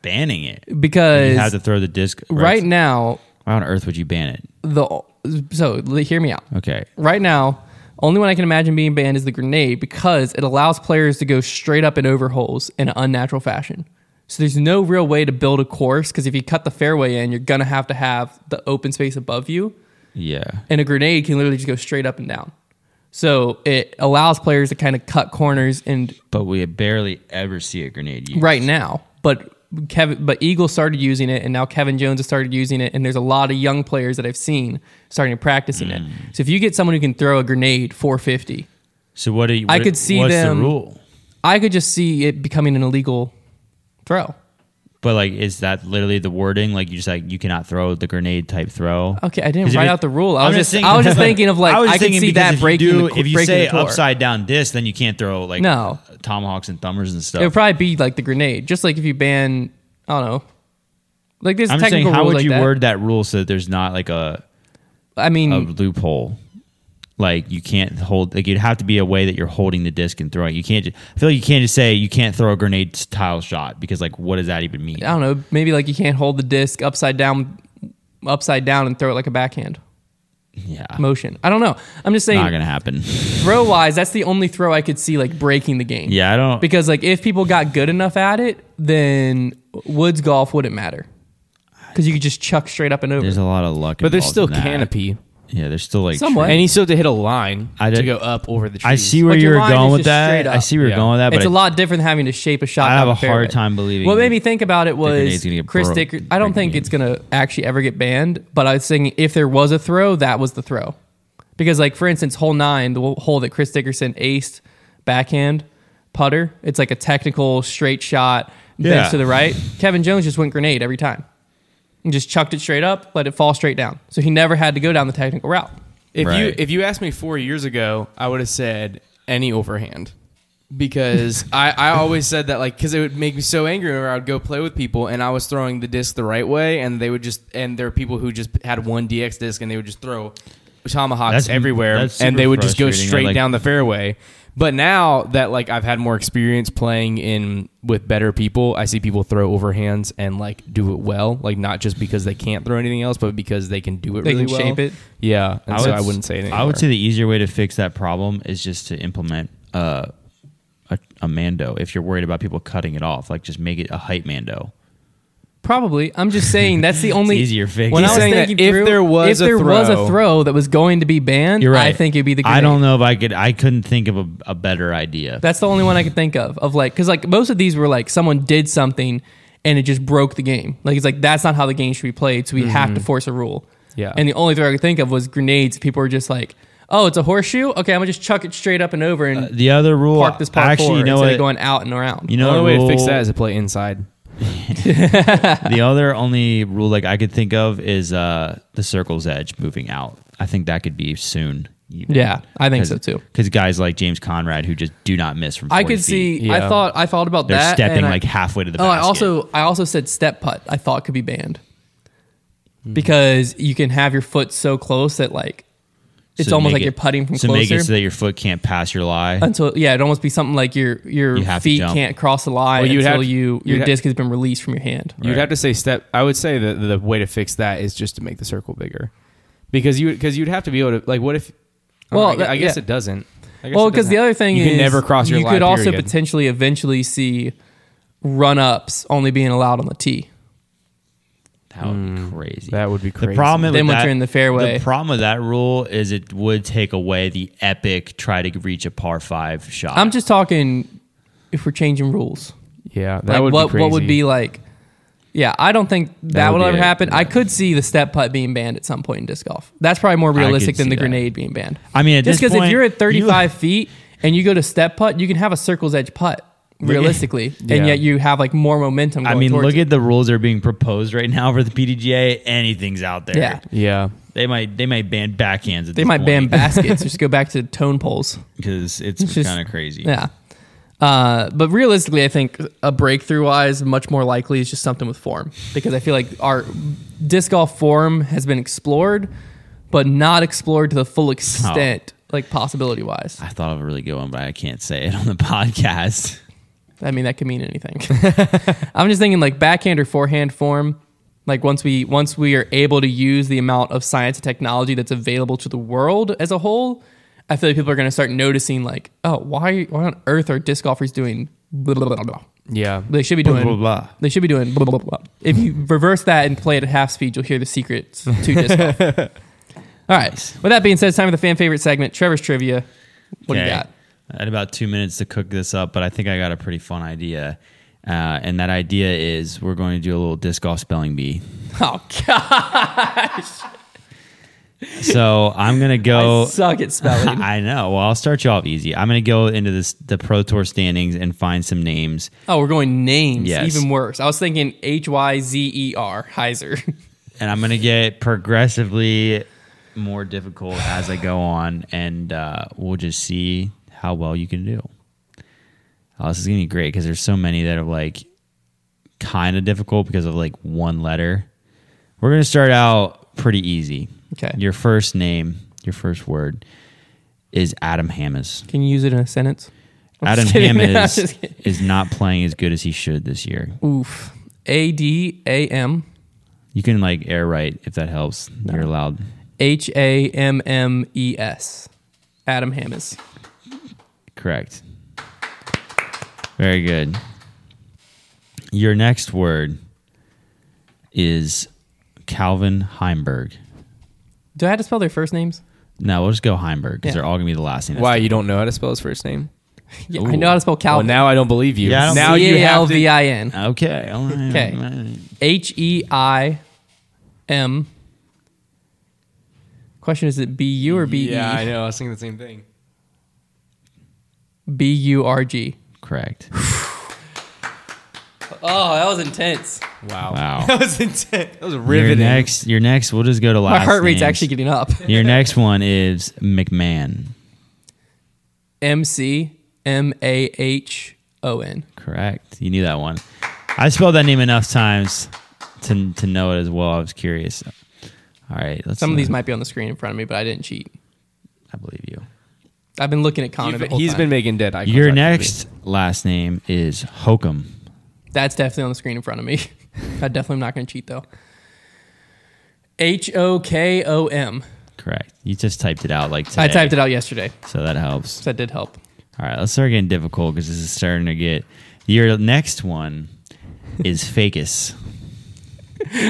Speaker 2: banning it. You have
Speaker 1: because
Speaker 2: to throw the disc
Speaker 1: right now
Speaker 2: Why on earth would you ban it?
Speaker 1: the so l- hear me out.
Speaker 2: Okay,
Speaker 1: Right now, only one I can imagine being banned is the grenade because it allows players to go straight up and over holes in an unnatural fashion. So there's no real way to build a course because if you cut the fairway in, you're gonna have to have the open space above you.
Speaker 2: yeah,
Speaker 1: and a grenade can literally just go straight up and down. So it allows players to kind of cut corners and
Speaker 2: but we barely ever see a grenade used.
Speaker 1: right now. But Kevin, but Eagle started using it, and now Kevin Jones has started using it, and there's a lot of young players that I've seen starting to practice in
Speaker 2: Mm.
Speaker 1: it. So if you get someone who can throw a grenade 450,
Speaker 2: So what do you?
Speaker 1: I
Speaker 2: what-
Speaker 1: could see
Speaker 2: what's
Speaker 1: them-
Speaker 2: the rule?
Speaker 1: I could just see it becoming an illegal throw.
Speaker 2: But like, is that literally the wording? Like, you just like you cannot throw the grenade type throw.
Speaker 1: Okay, I didn't
Speaker 2: 'Cause if
Speaker 1: write
Speaker 2: it-
Speaker 1: out the rule. I
Speaker 2: I'm
Speaker 1: was just, I
Speaker 2: *laughs*
Speaker 1: was just thinking of like I,
Speaker 2: was
Speaker 1: can
Speaker 2: thinking
Speaker 1: see
Speaker 2: because
Speaker 1: that
Speaker 2: if
Speaker 1: breaking.
Speaker 2: You do,
Speaker 1: the, cor-
Speaker 2: if you
Speaker 1: breaking
Speaker 2: say
Speaker 1: the tour.
Speaker 2: upside down disc, then you can't throw like
Speaker 1: No.
Speaker 2: tomahawks and thumbers and stuff.
Speaker 1: it would probably be like the grenade, just like if you ban, I don't know, like there's
Speaker 2: I'm just
Speaker 1: technical
Speaker 2: saying, how
Speaker 1: rules
Speaker 2: would
Speaker 1: like
Speaker 2: you
Speaker 1: that.
Speaker 2: word that rule so that there's not like a,
Speaker 1: I
Speaker 2: a
Speaker 1: mean,
Speaker 2: loophole? Like you can't hold. Like you'd have to be a way that you're holding the disc and throwing. You can't. Just, I feel like you can't just say you can't throw a grenade style shot because like what does that even mean?
Speaker 1: I don't know. Maybe like you can't hold the disc upside down, upside down, and throw it like a backhand
Speaker 2: Yeah,
Speaker 1: motion. I don't know. I'm just
Speaker 2: not
Speaker 1: saying,
Speaker 2: gonna happen. *laughs*
Speaker 1: throw wise, that's the only throw I could see like breaking the game.
Speaker 2: yeah, I don't.
Speaker 1: Because like if people got good enough at it, then woods golf wouldn't matter. Because you could just chuck straight up and over.
Speaker 2: there's a lot of luck,
Speaker 3: But there's
Speaker 2: involved
Speaker 3: still
Speaker 2: in that.
Speaker 3: canopy,
Speaker 2: Yeah, there's still like
Speaker 1: Somewhat.
Speaker 3: and he still had to hit a line
Speaker 2: I
Speaker 3: to
Speaker 2: did-
Speaker 3: go up over the trees.
Speaker 2: I see where
Speaker 1: But
Speaker 2: you
Speaker 1: your
Speaker 2: were
Speaker 1: line is
Speaker 2: going with
Speaker 1: just straight
Speaker 2: that. I
Speaker 1: up.
Speaker 2: see where
Speaker 3: Yeah.
Speaker 2: you're going with that, but
Speaker 1: it's a
Speaker 2: it-
Speaker 1: lot different than having to shape a shot.
Speaker 2: I have
Speaker 1: down
Speaker 2: a
Speaker 1: the fairway.
Speaker 2: hard time believing
Speaker 1: What made me think about it was
Speaker 2: grenade's gonna get
Speaker 1: Chris
Speaker 2: broke-
Speaker 1: Dick. I don't
Speaker 2: break the
Speaker 1: think
Speaker 2: game.
Speaker 1: it's gonna actually ever get banned, but I was thinking if there was a throw, that was the throw, because like for instance, hole nine, the hole that Chris Dickerson aced backhand putter, it's like a technical straight shot
Speaker 2: Yeah.
Speaker 1: bends to the right. Kevin Jones just went grenade every time, and just chucked it straight up, let it fall straight down, so he never had to go down the technical route.
Speaker 3: If you
Speaker 2: Right.
Speaker 3: if you asked me four years ago, I would have said any overhand
Speaker 2: *laughs*
Speaker 3: because I, I always said that like because it would make me so angry whenever I would go play with people and I was throwing the disc the right way and they would just and there were people who just had one DX disc and they would just throw tomahawks
Speaker 2: That's-
Speaker 3: everywhere
Speaker 2: that's
Speaker 3: and
Speaker 2: super
Speaker 3: they would just go
Speaker 2: frustrating. I
Speaker 3: straight
Speaker 2: like-
Speaker 3: down the fairway. But now that like I've had more experience playing in with better people, I see people throw overhands and like do it well, like not just because they can't throw anything else, but because they can do it
Speaker 1: They
Speaker 3: really
Speaker 1: can
Speaker 3: well.
Speaker 1: shape it.
Speaker 3: Yeah, and so I
Speaker 2: s-
Speaker 3: wouldn't say anything.
Speaker 2: I would
Speaker 3: more.
Speaker 2: say the easier way to fix that problem is just to implement uh, a, a mando. If you're worried about people cutting it off, like just make it a height mando.
Speaker 1: Probably. I'm just saying that's
Speaker 2: *laughs*
Speaker 1: the only
Speaker 2: easier fix.
Speaker 1: When
Speaker 2: He's
Speaker 1: I was
Speaker 3: saying that
Speaker 1: thinking
Speaker 3: if
Speaker 1: through-
Speaker 3: there was
Speaker 1: if
Speaker 3: a
Speaker 1: there was a
Speaker 3: throw-
Speaker 1: throw that was going to be banned,
Speaker 2: You're right.
Speaker 1: I think it'd be the grenade.
Speaker 2: I don't know if I could. I couldn't think of a, a better idea.
Speaker 1: That's the only one I could think of of like because like most of these were like someone did something and it just broke the game. Like it's like that's not how the game should be played. So we have
Speaker 2: Mm-hmm.
Speaker 1: to force a rule.
Speaker 3: Yeah.
Speaker 1: And the only throw I could think of was grenades. People were just like, oh, it's a horseshoe. Okay, I'm gonna just chuck it straight up and over and
Speaker 2: the other rule,
Speaker 1: park this par
Speaker 2: Uh, actually,
Speaker 1: four
Speaker 2: you know
Speaker 1: instead
Speaker 2: what?
Speaker 1: of going out and around.
Speaker 2: you
Speaker 3: the
Speaker 2: know
Speaker 3: only
Speaker 2: what
Speaker 3: way to
Speaker 2: rule,
Speaker 3: fix that is to play inside.
Speaker 2: the other only rule like I could think of is uh, the circle's edge moving out. I think that could be soon.
Speaker 1: yeah, I think so too.
Speaker 2: Because guys like James Conrad who just do not miss from. 40
Speaker 1: I could see.
Speaker 3: feet.
Speaker 1: I
Speaker 3: Yeah.
Speaker 1: thought. I thought about
Speaker 2: they're
Speaker 1: that. and
Speaker 2: stepping
Speaker 1: I-
Speaker 2: like halfway to the.
Speaker 1: Oh, I
Speaker 2: basket.
Speaker 1: also I also said step putt. I thought could be banned because you can have your foot so close that like it's
Speaker 2: So
Speaker 1: almost
Speaker 2: make
Speaker 1: like
Speaker 2: it-
Speaker 1: you're putting from
Speaker 2: so make
Speaker 1: closer
Speaker 2: it so that your foot can't pass
Speaker 1: *laughs*
Speaker 2: your lie.
Speaker 1: until yeah, it'd almost be something like your your
Speaker 2: You have to
Speaker 1: feet
Speaker 2: jump.
Speaker 1: can't cross the line
Speaker 3: Well, you'd
Speaker 1: until
Speaker 3: have to-
Speaker 1: you
Speaker 3: you'd
Speaker 1: your
Speaker 3: ha-
Speaker 1: disc has been released from your hand.
Speaker 3: You'd
Speaker 2: Right.
Speaker 3: have to say step. I would say that the way to fix that is just to make the circle bigger, because you because you'd have to be able to like what if? I don't
Speaker 1: Well,
Speaker 3: know, I, gu-
Speaker 1: that-
Speaker 3: I guess
Speaker 1: yeah.
Speaker 3: it doesn't. I guess
Speaker 1: Well,
Speaker 3: it
Speaker 1: because
Speaker 3: doesn't
Speaker 1: the
Speaker 3: have-
Speaker 1: other thing
Speaker 3: you
Speaker 1: is
Speaker 3: can never cross your
Speaker 1: you
Speaker 3: line,
Speaker 1: could also
Speaker 3: period.
Speaker 1: potentially eventually see run ups only being allowed on the tee.
Speaker 2: That would be crazy.
Speaker 3: Mm. That would be
Speaker 2: The
Speaker 3: crazy.
Speaker 2: problem
Speaker 1: Then
Speaker 2: with
Speaker 1: once
Speaker 2: that-
Speaker 1: you're in the fairway-
Speaker 2: The problem with that rule is it would take away the epic try to reach a par five shot.
Speaker 1: I'm just talking if we're changing rules.
Speaker 3: yeah, that
Speaker 1: Like
Speaker 3: would
Speaker 1: what
Speaker 3: be crazy.
Speaker 1: what would be like yeah, I don't think that,
Speaker 2: would
Speaker 1: will
Speaker 2: be
Speaker 1: ever
Speaker 2: it,
Speaker 1: happen.
Speaker 2: yeah.
Speaker 1: I could see the step putt being banned at some point in disc golf. That's probably more
Speaker 2: could
Speaker 1: realistic than
Speaker 2: see
Speaker 1: the
Speaker 2: that.
Speaker 1: grenade being banned.
Speaker 2: I mean, at
Speaker 1: just
Speaker 2: this
Speaker 1: because if
Speaker 2: point,
Speaker 1: you're at
Speaker 2: you-
Speaker 1: 35 feet and you go to step putt, you can have a circle's edge putt realistically,
Speaker 3: Yeah.
Speaker 1: and yet you have like more momentum.
Speaker 2: I
Speaker 1: Going
Speaker 2: mean,
Speaker 1: towards
Speaker 2: look
Speaker 1: it.
Speaker 2: at the rules that are being proposed right now for the PDGA. Anything's out there.
Speaker 1: Yeah.
Speaker 3: yeah.
Speaker 2: They might they might ban backhands. At
Speaker 1: they might ban
Speaker 2: *laughs*
Speaker 1: baskets. just go back to tone poles.
Speaker 2: because it's,
Speaker 1: just-
Speaker 2: kind of crazy.
Speaker 1: Yeah. Uh, but realistically, I think a breakthrough wise, much more likely is just something with form because I feel like our disc golf form has been explored, but not explored to the full extent, like possibility wise.
Speaker 2: Oh. I thought of a really good one, but I can't say it on the *laughs* podcast.
Speaker 1: I mean, that could mean anything. *laughs* I'm just thinking like backhand or forehand form. Like once we once we are able to use the amount of science and technology that's available to the world as a whole, I feel like people are going to start noticing like, oh, why why on earth are disc golfers doing blah blah blah blah. blah?
Speaker 3: Yeah.
Speaker 1: They should be
Speaker 2: Blah,
Speaker 1: doing
Speaker 2: blah, blah.
Speaker 1: They should be doing blah blah blah. blah. If you reverse that and play it at half speed, you'll hear the secrets to
Speaker 2: *laughs*
Speaker 1: disc golf. All right. With that being said, it's time for the fan favorite segment, Trevor's trivia. What do
Speaker 2: Okay.
Speaker 1: you got? *laughs*
Speaker 2: I had about two minutes to cook this up, but I think I got a pretty fun idea. Uh, and that idea is we're going to do a little disc golf spelling bee.
Speaker 1: Oh God,
Speaker 2: So I'm
Speaker 1: *laughs*
Speaker 2: gonna
Speaker 1: I
Speaker 2: go.
Speaker 1: suck at spelling.
Speaker 2: *laughs* I know. Well, I'll start you off easy. I'm gonna go into this the Pro Tour standings and find some names.
Speaker 1: Oh, we're going names.
Speaker 2: Yes.
Speaker 1: Even worse. I was thinking H Y Z E R Heiser. *laughs*
Speaker 2: and I'm gonna get progressively more difficult as I go on, and uh, we'll just see how well you can do. Oh, this is gonna be great because there's so many that are like kind of difficult because of like one letter. We're gonna start out pretty easy.
Speaker 1: Okay.
Speaker 2: Your first name, your first word is Adam Hammes.
Speaker 1: Can you use it in a sentence? I'm
Speaker 2: Adam
Speaker 1: just kidding. *laughs* I'm
Speaker 2: Hammes
Speaker 1: just kidding.
Speaker 2: is not playing as good as he should this year.
Speaker 1: Oof. A D A M
Speaker 2: You can like air right if that helps. You're allowed.
Speaker 1: H A M M E S. Adam Hammes.
Speaker 2: Correct. Very good. Your next word is Calvin Heimberg.
Speaker 1: Do I have to spell their first names?
Speaker 2: No, we'll just go Heimberg because
Speaker 1: Yeah.
Speaker 2: they're all gonna be the last name.
Speaker 3: Why you don't know how to spell his first name?
Speaker 1: Yeah, I know how to spell Calvin.
Speaker 3: Well, now I don't believe you.
Speaker 2: Yeah, I don't
Speaker 3: now you have to.
Speaker 1: C-A-L-V-I-N.
Speaker 2: Okay. All right.
Speaker 1: Okay.
Speaker 2: all right.
Speaker 1: H E I M. Question is it B U or B E?
Speaker 3: Yeah, I know. I was thinking the same thing.
Speaker 1: B U R G. *laughs*
Speaker 2: Correct.
Speaker 1: Oh, that was intense.
Speaker 3: Wow.
Speaker 2: Wow.
Speaker 3: *laughs* That was intense. That was
Speaker 2: Your
Speaker 3: riveting.
Speaker 2: next. Your next. We'll just go to last.
Speaker 1: My heart rate's
Speaker 2: names.
Speaker 1: actually getting up.
Speaker 2: Your next one is McMahon.
Speaker 1: M C M A H O N.
Speaker 2: Correct. You knew that one. I spelled that name enough times to to know it as well. I was curious. All right. Let's
Speaker 1: Some of
Speaker 2: see.
Speaker 1: these might be on the screen in front of me, but I didn't cheat.
Speaker 2: I believe you.
Speaker 1: I've been looking at Connor
Speaker 3: You've-
Speaker 1: the
Speaker 3: He's
Speaker 1: whole time.
Speaker 3: been making dead eye
Speaker 2: Your
Speaker 3: contact with
Speaker 2: next last name is Hokum.
Speaker 1: That's definitely on the screen in front of me. *laughs* I definitely am not going to cheat though. H O K O M.
Speaker 2: Correct. You just typed it out like today,
Speaker 1: I typed it out yesterday,
Speaker 2: so that helps.
Speaker 1: so that did help.
Speaker 2: All right, let's start getting difficult because this is starting to get. Your next one is Fakus.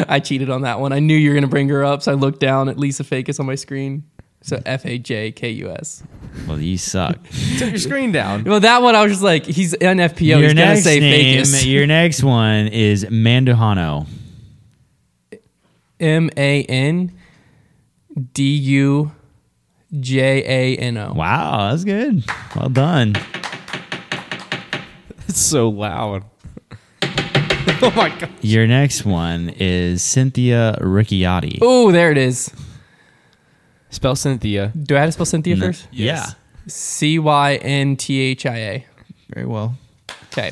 Speaker 1: I cheated on that one. I knew you were going to bring her up, so I looked down at Lisa Fakus on my screen. So F A J K U S.
Speaker 2: Well, you
Speaker 1: *laughs*
Speaker 2: suck.
Speaker 3: me. Took your
Speaker 2: *laughs*
Speaker 3: screen down.
Speaker 1: Well, that one I was just like, he's an FPO.
Speaker 2: your
Speaker 1: he's going to
Speaker 2: next
Speaker 1: say
Speaker 2: name.
Speaker 1: Fakus.
Speaker 2: Your next one is Manduhano.
Speaker 1: M A N D U J A N O.
Speaker 2: Wow, that's good. Well done.
Speaker 3: It's so loud. oh my god.
Speaker 2: Your next one is Cynthia Ricciotti.
Speaker 1: Oh, there it is.
Speaker 3: Spell Cynthia.
Speaker 1: Do I have to spell Cynthia first?
Speaker 2: Yeah.
Speaker 3: Yes.
Speaker 1: C Y N T H I A.
Speaker 2: Very well.
Speaker 1: Okay.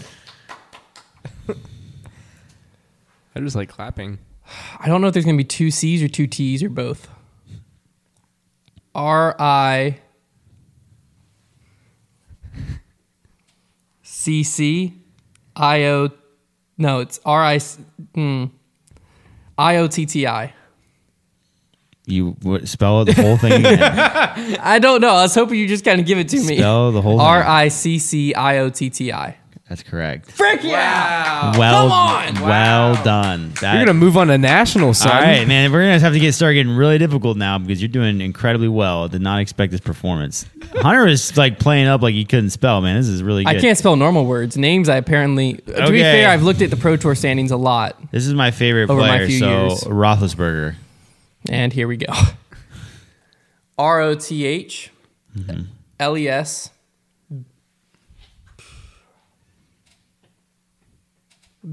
Speaker 3: I just like clapping.
Speaker 1: I don't know if there's going to be two C's or two T's or both. R I C C I O. No, hmm, it's R I I O T T I.
Speaker 2: You would spell the whole thing
Speaker 1: *laughs*
Speaker 2: again.
Speaker 1: I don't know. I was hoping you just kind of give it to me.
Speaker 2: Spell the whole thing.
Speaker 1: R I C C I O T T I.
Speaker 2: That's correct.
Speaker 1: Frick yeah!
Speaker 3: Wow.
Speaker 2: Well,
Speaker 1: Come on!
Speaker 2: well done. That-
Speaker 3: You're gonna move on to national, son.
Speaker 2: all right,
Speaker 3: *laughs*
Speaker 2: man. We're gonna have to get started getting really difficult now because you're doing incredibly well. Did not expect this performance. Hunter is like playing up like he couldn't spell. Man, this is really. Good.
Speaker 1: I can't spell normal words. Names, I apparently. To be
Speaker 2: Okay.
Speaker 1: fair, I've looked at the Pro Tour standings a lot.
Speaker 2: This is my favorite
Speaker 1: Over my
Speaker 2: player.
Speaker 1: few
Speaker 2: so
Speaker 1: years.
Speaker 2: Roethlisberger.
Speaker 1: And here we go R O T H
Speaker 3: Mm-hmm.
Speaker 1: L E S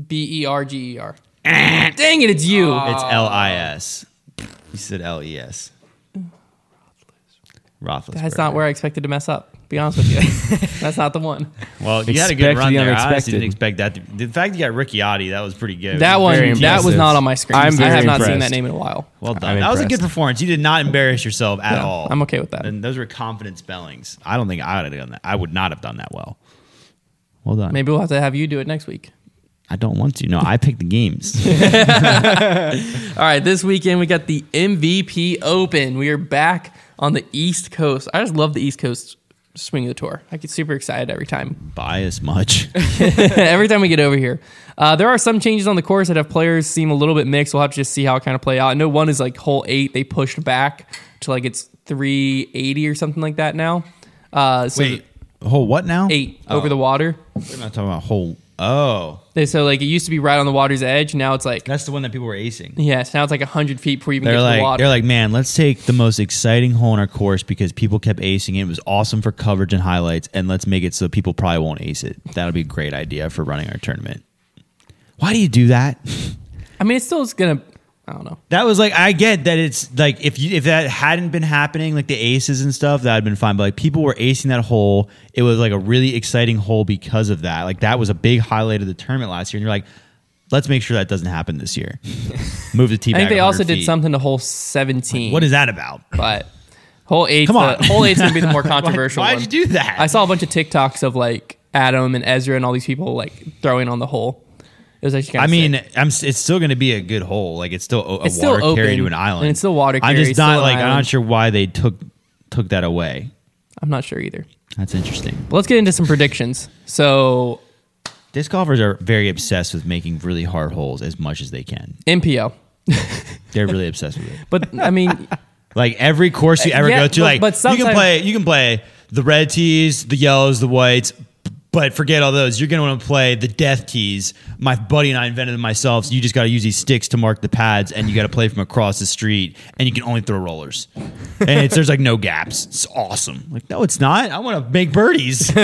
Speaker 1: B E R G E R. Dang it, it's you.
Speaker 2: It's L I S. You said L E S. Roethlisberger.
Speaker 1: That's not where I expected to mess up. Be honest with
Speaker 3: *laughs*
Speaker 1: you. That's not the one.
Speaker 2: Well, you had a good
Speaker 3: Expect
Speaker 2: run
Speaker 3: the
Speaker 2: there. I honestly
Speaker 3: unexpected.
Speaker 2: didn't expect that. To, the fact you got Ricciotti, that was pretty good.
Speaker 1: That one,
Speaker 3: Very
Speaker 1: that was
Speaker 3: impressive.
Speaker 1: not on my screen.
Speaker 3: I'm
Speaker 1: I have
Speaker 3: very
Speaker 1: not seen that
Speaker 3: impressed.
Speaker 1: name in a while.
Speaker 2: Well done.
Speaker 3: I'm
Speaker 2: that was a good
Speaker 3: impressed.
Speaker 2: performance. You did not embarrass yourself at all.
Speaker 1: I'm okay with that.
Speaker 2: And those were confident spellings. I don't think I would have done that. I would not have done that well. Well done.
Speaker 1: Maybe we'll have to have you do it next week.
Speaker 2: I don't want to. No, I picked the *laughs* games.
Speaker 1: All right, this weekend we got the MVP Open. We are back on the East Coast. I just love the East Coast swing of the tour. I get super excited every
Speaker 2: *laughs*
Speaker 1: time. *laughs*
Speaker 2: Bias much.
Speaker 1: every time we get over here. Uh, there are some changes on the course that have players seem a little bit mixed. We'll have to just see how it kind of play out. I know one is like hole eight. They pushed back to like it's 380 or something like that now. Uh, so
Speaker 2: whole what now?
Speaker 1: eight over
Speaker 2: Oh.
Speaker 1: the water.
Speaker 2: We're not talking about whole. Oh,
Speaker 1: They- So like it used to be right on the water's edge. Now it's like
Speaker 2: that's the one that people were acing.
Speaker 1: yes. Now it's like hundred feet before you even
Speaker 2: They're
Speaker 1: get to the
Speaker 2: like,
Speaker 1: water.
Speaker 2: they're like, man, let's take the most exciting hole in our course because people kept acing it. It was awesome for coverage and highlights, and let's make it so people probably won't ace it. That'll be a great idea for running our tournament. Why do you do that?
Speaker 1: I mean, it's still just gonna. I don't know.
Speaker 2: That was like, I get that it's like if you if that hadn't been happening, like the aces and stuff, that had been fine. But like people were acing that hole. It was like a really exciting hole because of that. Like that was a big highlight of the tournament last year, and you're like. Let's make sure that doesn't happen this year.
Speaker 1: *laughs*
Speaker 2: Move the tee.
Speaker 1: I think
Speaker 2: back
Speaker 1: they also
Speaker 2: 100
Speaker 1: did
Speaker 2: feet.
Speaker 1: something to hole 17.
Speaker 2: What is that about?
Speaker 1: but hole eight?
Speaker 2: Come on.
Speaker 1: the, whole eight's gonna be
Speaker 2: *laughs*
Speaker 1: the more controversial.
Speaker 2: Why
Speaker 1: one.
Speaker 2: did you do that?
Speaker 1: I saw a bunch of TikToks of like Adam and Ezra and all these people like throwing on the hole. It was actually. Kind
Speaker 2: I
Speaker 1: of
Speaker 2: mean, I'm. s- It's still going to be a good hole. Like it's still o- a
Speaker 1: It's still
Speaker 2: water carry
Speaker 1: open,
Speaker 2: to an island.
Speaker 1: and it's still water uh,
Speaker 2: I'm
Speaker 1: carry,
Speaker 2: just
Speaker 1: still
Speaker 2: not
Speaker 1: an
Speaker 2: like. I'm
Speaker 1: island.
Speaker 2: not sure why they took took that away.
Speaker 1: I'm not sure either.
Speaker 2: That's interesting.
Speaker 1: But let's get into some predictions. So
Speaker 2: Disc golfers are very obsessed with making really hard holes as much as they can.
Speaker 1: MPO, *laughs*
Speaker 2: They're really obsessed with it.
Speaker 1: but I
Speaker 2: *laughs*
Speaker 1: mean,
Speaker 2: Like every course you ever
Speaker 1: Uh, yeah,
Speaker 2: go to,
Speaker 1: but-
Speaker 2: like
Speaker 1: but
Speaker 2: you can
Speaker 1: sometimes-
Speaker 2: play. You can play the red tees, the yellows, the whites. But forget all those. You're going to want to play the death tees. My buddy and I invented them myself. So you just got to use these sticks to mark the pads, and you got to play from across the street, and you can only throw rollers. And it's, there's like no gaps. It's awesome. Like no, it's not. I want to
Speaker 1: *laughs*
Speaker 2: make birdies.